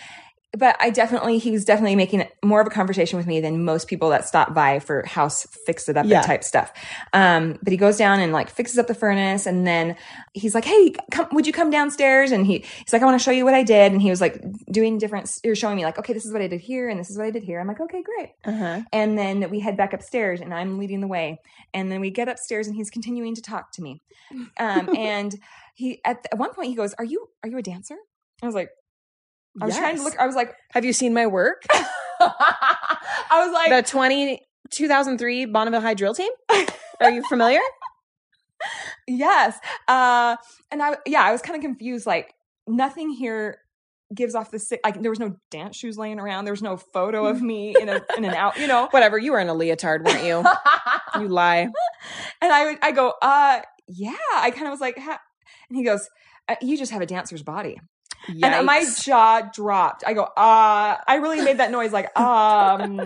Speaker 2: but I definitely he was definitely making more of a conversation with me than most people that stop by for house fix it up
Speaker 1: Yeah.
Speaker 2: type stuff. Um, but he goes down and like fixes up the furnace and then he's like, Hey, come, would you come downstairs? And he, he's like, I want to show you what I did. And he was like doing different, you're showing me like, okay, this is what I did here. And this is what I did here. I'm like, okay, great.
Speaker 1: Uh-huh.
Speaker 2: And then we head back upstairs, and I'm leading the way. And then we get upstairs, and he's continuing to talk to me. Um, and he at, at one point he goes, "Are you are you a dancer?" I was like, I was trying to
Speaker 1: Yes.
Speaker 2: look. I was like,
Speaker 1: Have you seen my work?
Speaker 2: I was like,
Speaker 1: the 20, 2003 Bonneville High Drill Team? Are you familiar?
Speaker 2: yes. Uh, and I yeah, I was kind of confused. Like nothing here gives off the si- like there was no dance shoes laying around. There was no photo of me in a in an out. You know.
Speaker 1: Whatever. You were in a leotard, weren't you? You lie.
Speaker 2: And I would, I go, uh, yeah. I kind of was like, ha-. and he goes, uh, you just have a dancer's body. And my
Speaker 1: Yikes.
Speaker 2: jaw dropped. I go, uh, I really made that noise like, um,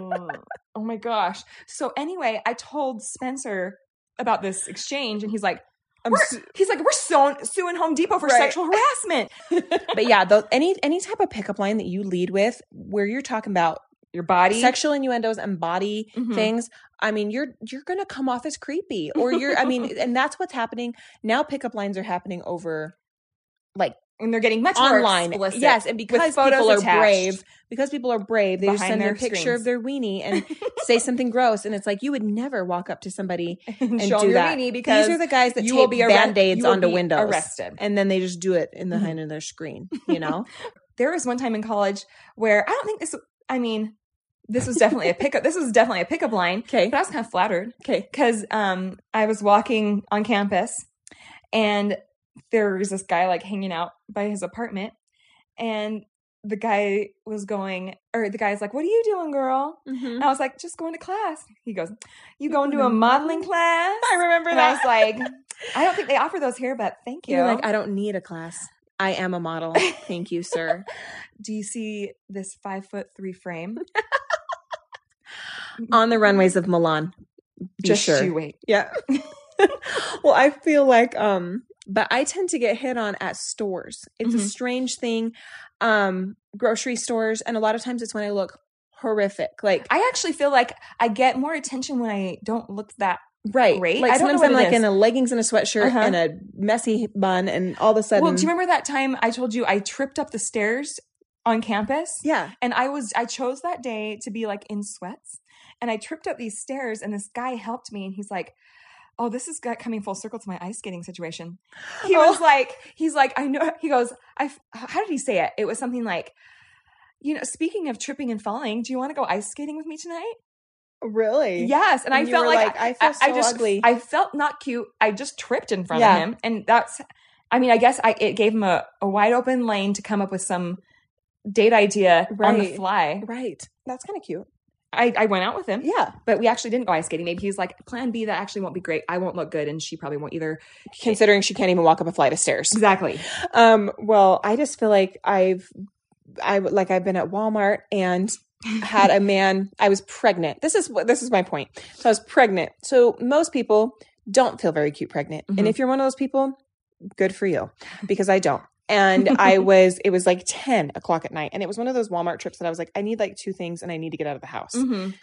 Speaker 2: oh my gosh. So anyway, I told Spencer about this exchange and he's like,
Speaker 1: I'm
Speaker 2: we're,
Speaker 1: s-
Speaker 2: he's like, we're so, suing Home Depot for
Speaker 1: Right.
Speaker 2: sexual harassment.
Speaker 1: but yeah, the, any any type of pickup line that you lead with, where you're talking about
Speaker 2: Your body.
Speaker 1: sexual innuendos and body
Speaker 2: Mhm.
Speaker 1: things, I mean, you're you're gonna come off as creepy, or you're, I mean, and that's what's happening now. Pickup lines are happening over
Speaker 2: and they're getting much
Speaker 1: online,
Speaker 2: more explicit.
Speaker 1: yes, and because
Speaker 2: photos
Speaker 1: people are
Speaker 2: attached.
Speaker 1: brave, because people are brave, they just
Speaker 2: Behind
Speaker 1: send their,
Speaker 2: their
Speaker 1: picture
Speaker 2: screens.
Speaker 1: of their weenie and say something gross, and it's like you would never walk up to somebody
Speaker 2: and,
Speaker 1: and
Speaker 2: show 'em
Speaker 1: do
Speaker 2: your
Speaker 1: that.
Speaker 2: weenie because
Speaker 1: These are the guys that
Speaker 2: you
Speaker 1: you
Speaker 2: will
Speaker 1: tape
Speaker 2: be arre-
Speaker 1: band-aids
Speaker 2: you will
Speaker 1: onto
Speaker 2: be
Speaker 1: windows,
Speaker 2: arrested.
Speaker 1: and then they just do it in the
Speaker 2: Mhm.
Speaker 1: behind of their screen. You know,
Speaker 2: there was one time in college where I don't think this, I mean, this was definitely a pickup. This was definitely a pickup line.
Speaker 1: okay,
Speaker 2: But I was kind of flattered.
Speaker 1: okay,
Speaker 2: because um, I was walking on campus and there was this guy like hanging out by his apartment and the guy was going or the guy's like what are you doing girl
Speaker 1: mm-hmm.
Speaker 2: and i was like just going to class he goes you going to
Speaker 1: going
Speaker 2: a
Speaker 1: to
Speaker 2: modeling class
Speaker 1: I remember
Speaker 2: and i was like i don't think they offer those here but thank you
Speaker 1: You're like, I don't need a class. I am a model. Thank you, sir.
Speaker 2: do you see this five foot three frame
Speaker 1: On the runways of Milan. Be
Speaker 2: just
Speaker 1: sure.
Speaker 2: you wait
Speaker 1: Yeah. well, I feel like um but I tend to get hit on at stores. It's a
Speaker 2: Mhm.
Speaker 1: strange thing. Um grocery stores and a lot of times it's when I look horrific. Like
Speaker 2: i actually feel like i get more attention when i don't look that
Speaker 1: right.
Speaker 2: Great.
Speaker 1: Like
Speaker 2: I don't know
Speaker 1: sometimes
Speaker 2: what
Speaker 1: I'm
Speaker 2: it
Speaker 1: like
Speaker 2: is.
Speaker 1: in a leggings and a sweatshirt
Speaker 2: Uh-huh.
Speaker 1: and a messy bun and all of a sudden
Speaker 2: Well, do you remember that time I told you I tripped up the stairs on campus?
Speaker 1: Yeah.
Speaker 2: And I was I chose that day to be like in sweats, and I tripped up these stairs, and this guy helped me, and he's like. Oh, this is got- coming full circle to my ice skating situation. He
Speaker 1: Oh.
Speaker 2: was like, he's like, I know. He goes, I. f- How did he say it? It was something like, you know, speaking of tripping and falling, do you want to go ice skating with me tonight?
Speaker 1: Really?
Speaker 2: Yes, and,
Speaker 1: And
Speaker 2: I
Speaker 1: you
Speaker 2: felt
Speaker 1: were
Speaker 2: like,
Speaker 1: like, I feel so
Speaker 2: just,
Speaker 1: ugly.
Speaker 2: I felt not cute. I just tripped in front
Speaker 1: Yeah.
Speaker 2: of him, and that's. I mean, I guess I it gave him a, a wide open lane to come up with some date idea on the
Speaker 1: Right.
Speaker 2: fly.
Speaker 1: Right. That's kind of cute.
Speaker 2: I, I went out with him,
Speaker 1: Yeah.
Speaker 2: but we actually didn't go ice skating. Maybe he was like, "Plan B, that actually won't be great. I won't look good, and she probably won't either."
Speaker 1: Considering she can't even walk up a flight of stairs.
Speaker 2: Exactly.
Speaker 1: Um, well, I just feel like I've I like I've been at Walmart and had a man I was pregnant. This is what this is my point. So I was pregnant. So most people don't feel very cute pregnant.
Speaker 2: Mhm.
Speaker 1: And if you're one of those people, good for you because I don't. And I was it was like 10 o'clock at night. And it was one of those Walmart trips that I was like, I need like two things and I need to get out of the house.
Speaker 2: Mhm.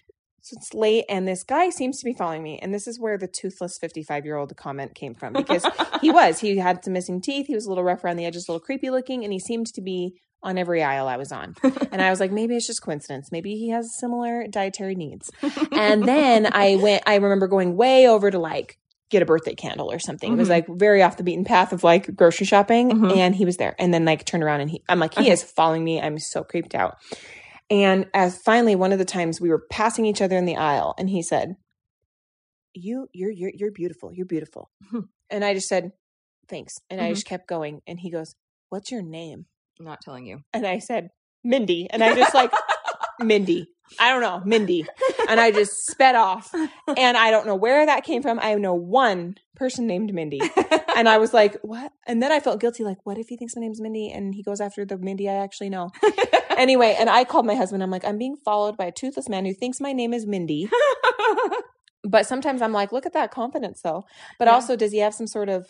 Speaker 1: So it's late and this guy seems to be following me. And this is where the toothless 55 year old comment came from because he was. He had some missing teeth. He was a little rough around the edges, a little creepy looking, and he seemed to be on every aisle I was on. And I was like, maybe it's just coincidence. Maybe he has similar dietary needs. And then I went, I remember going way over to like, Get a birthday candle or something. It was
Speaker 2: Mhm.
Speaker 1: like very off the beaten path of like grocery shopping,
Speaker 2: Mhm.
Speaker 1: and he was there. And then like turned around and he, I'm like, he
Speaker 2: Okay.
Speaker 1: is following me. I'm so creeped out. uh, And as finally, one of the times we were passing each other in the aisle, and he said, you you're you're you're beautiful. You're beautiful. and I just said, "Thanks." And I
Speaker 2: Mhm.
Speaker 1: just kept going and he goes, "What's your name?"
Speaker 2: I'm not telling you.
Speaker 1: And I said, "Mindy." And I just like, "Mindy." I don't know, Mindy. And I just sped off. And I don't know where that came from. I know one person named Mindy. And I was like, what? And then I felt guilty. Like, what if he thinks my name's Mindy and he goes after the Mindy I actually know? Anyway, and I called my husband. I'm like, I'm being followed by a toothless man who thinks my name is Mindy. But sometimes I'm like, look at that confidence though. But
Speaker 2: Yeah.
Speaker 1: also, does he have some sort of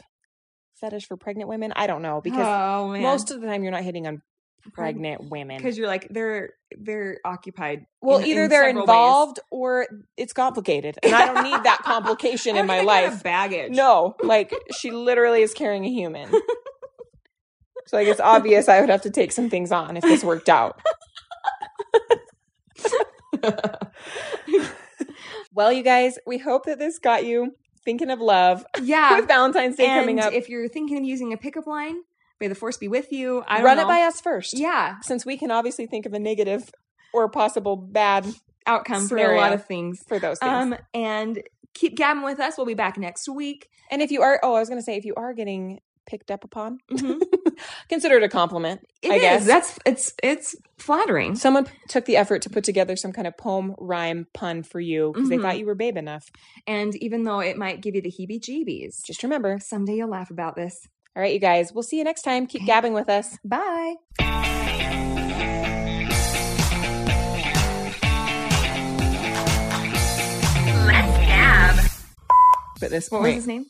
Speaker 1: fetish for pregnant women? I don't know because
Speaker 2: oh, man.
Speaker 1: most of the time you're not hitting on pregnant women.
Speaker 2: because you're like they're they're occupied.
Speaker 1: Well,
Speaker 2: in-
Speaker 1: either
Speaker 2: in
Speaker 1: they're
Speaker 2: several ways.
Speaker 1: involved or it's complicated. And I don't need that
Speaker 2: I
Speaker 1: complication
Speaker 2: don't
Speaker 1: in my
Speaker 2: need that kind of
Speaker 1: life.
Speaker 2: baggage.
Speaker 1: No, like she literally is carrying a human. So like it's obvious I would have to take some things on if this worked out. well, you guys, we hope that this got you thinking of love
Speaker 2: yeah.
Speaker 1: with Valentine's Day
Speaker 2: and
Speaker 1: coming up.
Speaker 2: if you're thinking of using a pickup line, may the force be with you. I don't
Speaker 1: Run
Speaker 2: know.
Speaker 1: it by us first.
Speaker 2: yeah
Speaker 1: Since we can obviously think of a negative or possible bad
Speaker 2: outcome for a
Speaker 1: Scenario.
Speaker 2: lot of things.
Speaker 1: for those things.
Speaker 2: Um, and keep gabbing with us. We'll be back next week.
Speaker 1: and if you are oh, I was gonna say if you are getting picked up upon,
Speaker 2: Mhm.
Speaker 1: consider it a compliment.
Speaker 2: It
Speaker 1: Mm-hmm. I
Speaker 2: is.
Speaker 1: guess.
Speaker 2: that's it's it's flattering.
Speaker 1: Someone p- took the effort to put together some kind of poem, rhyme, pun for you because they
Speaker 2: Mhm.
Speaker 1: thought you were babe enough.
Speaker 2: And even though it might give you the heebie-jeebies,
Speaker 1: Just remember.
Speaker 2: someday you'll laugh about this.
Speaker 1: All right, you guys, we'll see you next time. Keep gabbing with us.
Speaker 2: Bye.
Speaker 3: Let's gab.
Speaker 1: But this
Speaker 2: What
Speaker 1: point,
Speaker 2: was his name?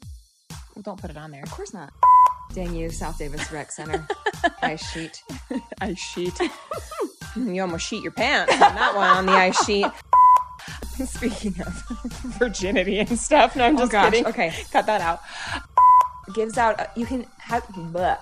Speaker 1: don't put it on there.
Speaker 2: Of course not. Dang you, South Davis Rec Center. Ice sheet.
Speaker 1: Ice sheet. Mm, you almost sheet your pants on that one on the ice sheet. Speaking of Oh, virginity and stuff, no, I'm just
Speaker 2: gosh,
Speaker 1: kidding.
Speaker 2: okay. uh,
Speaker 1: cut that out. Gives out. You can have. Bleh.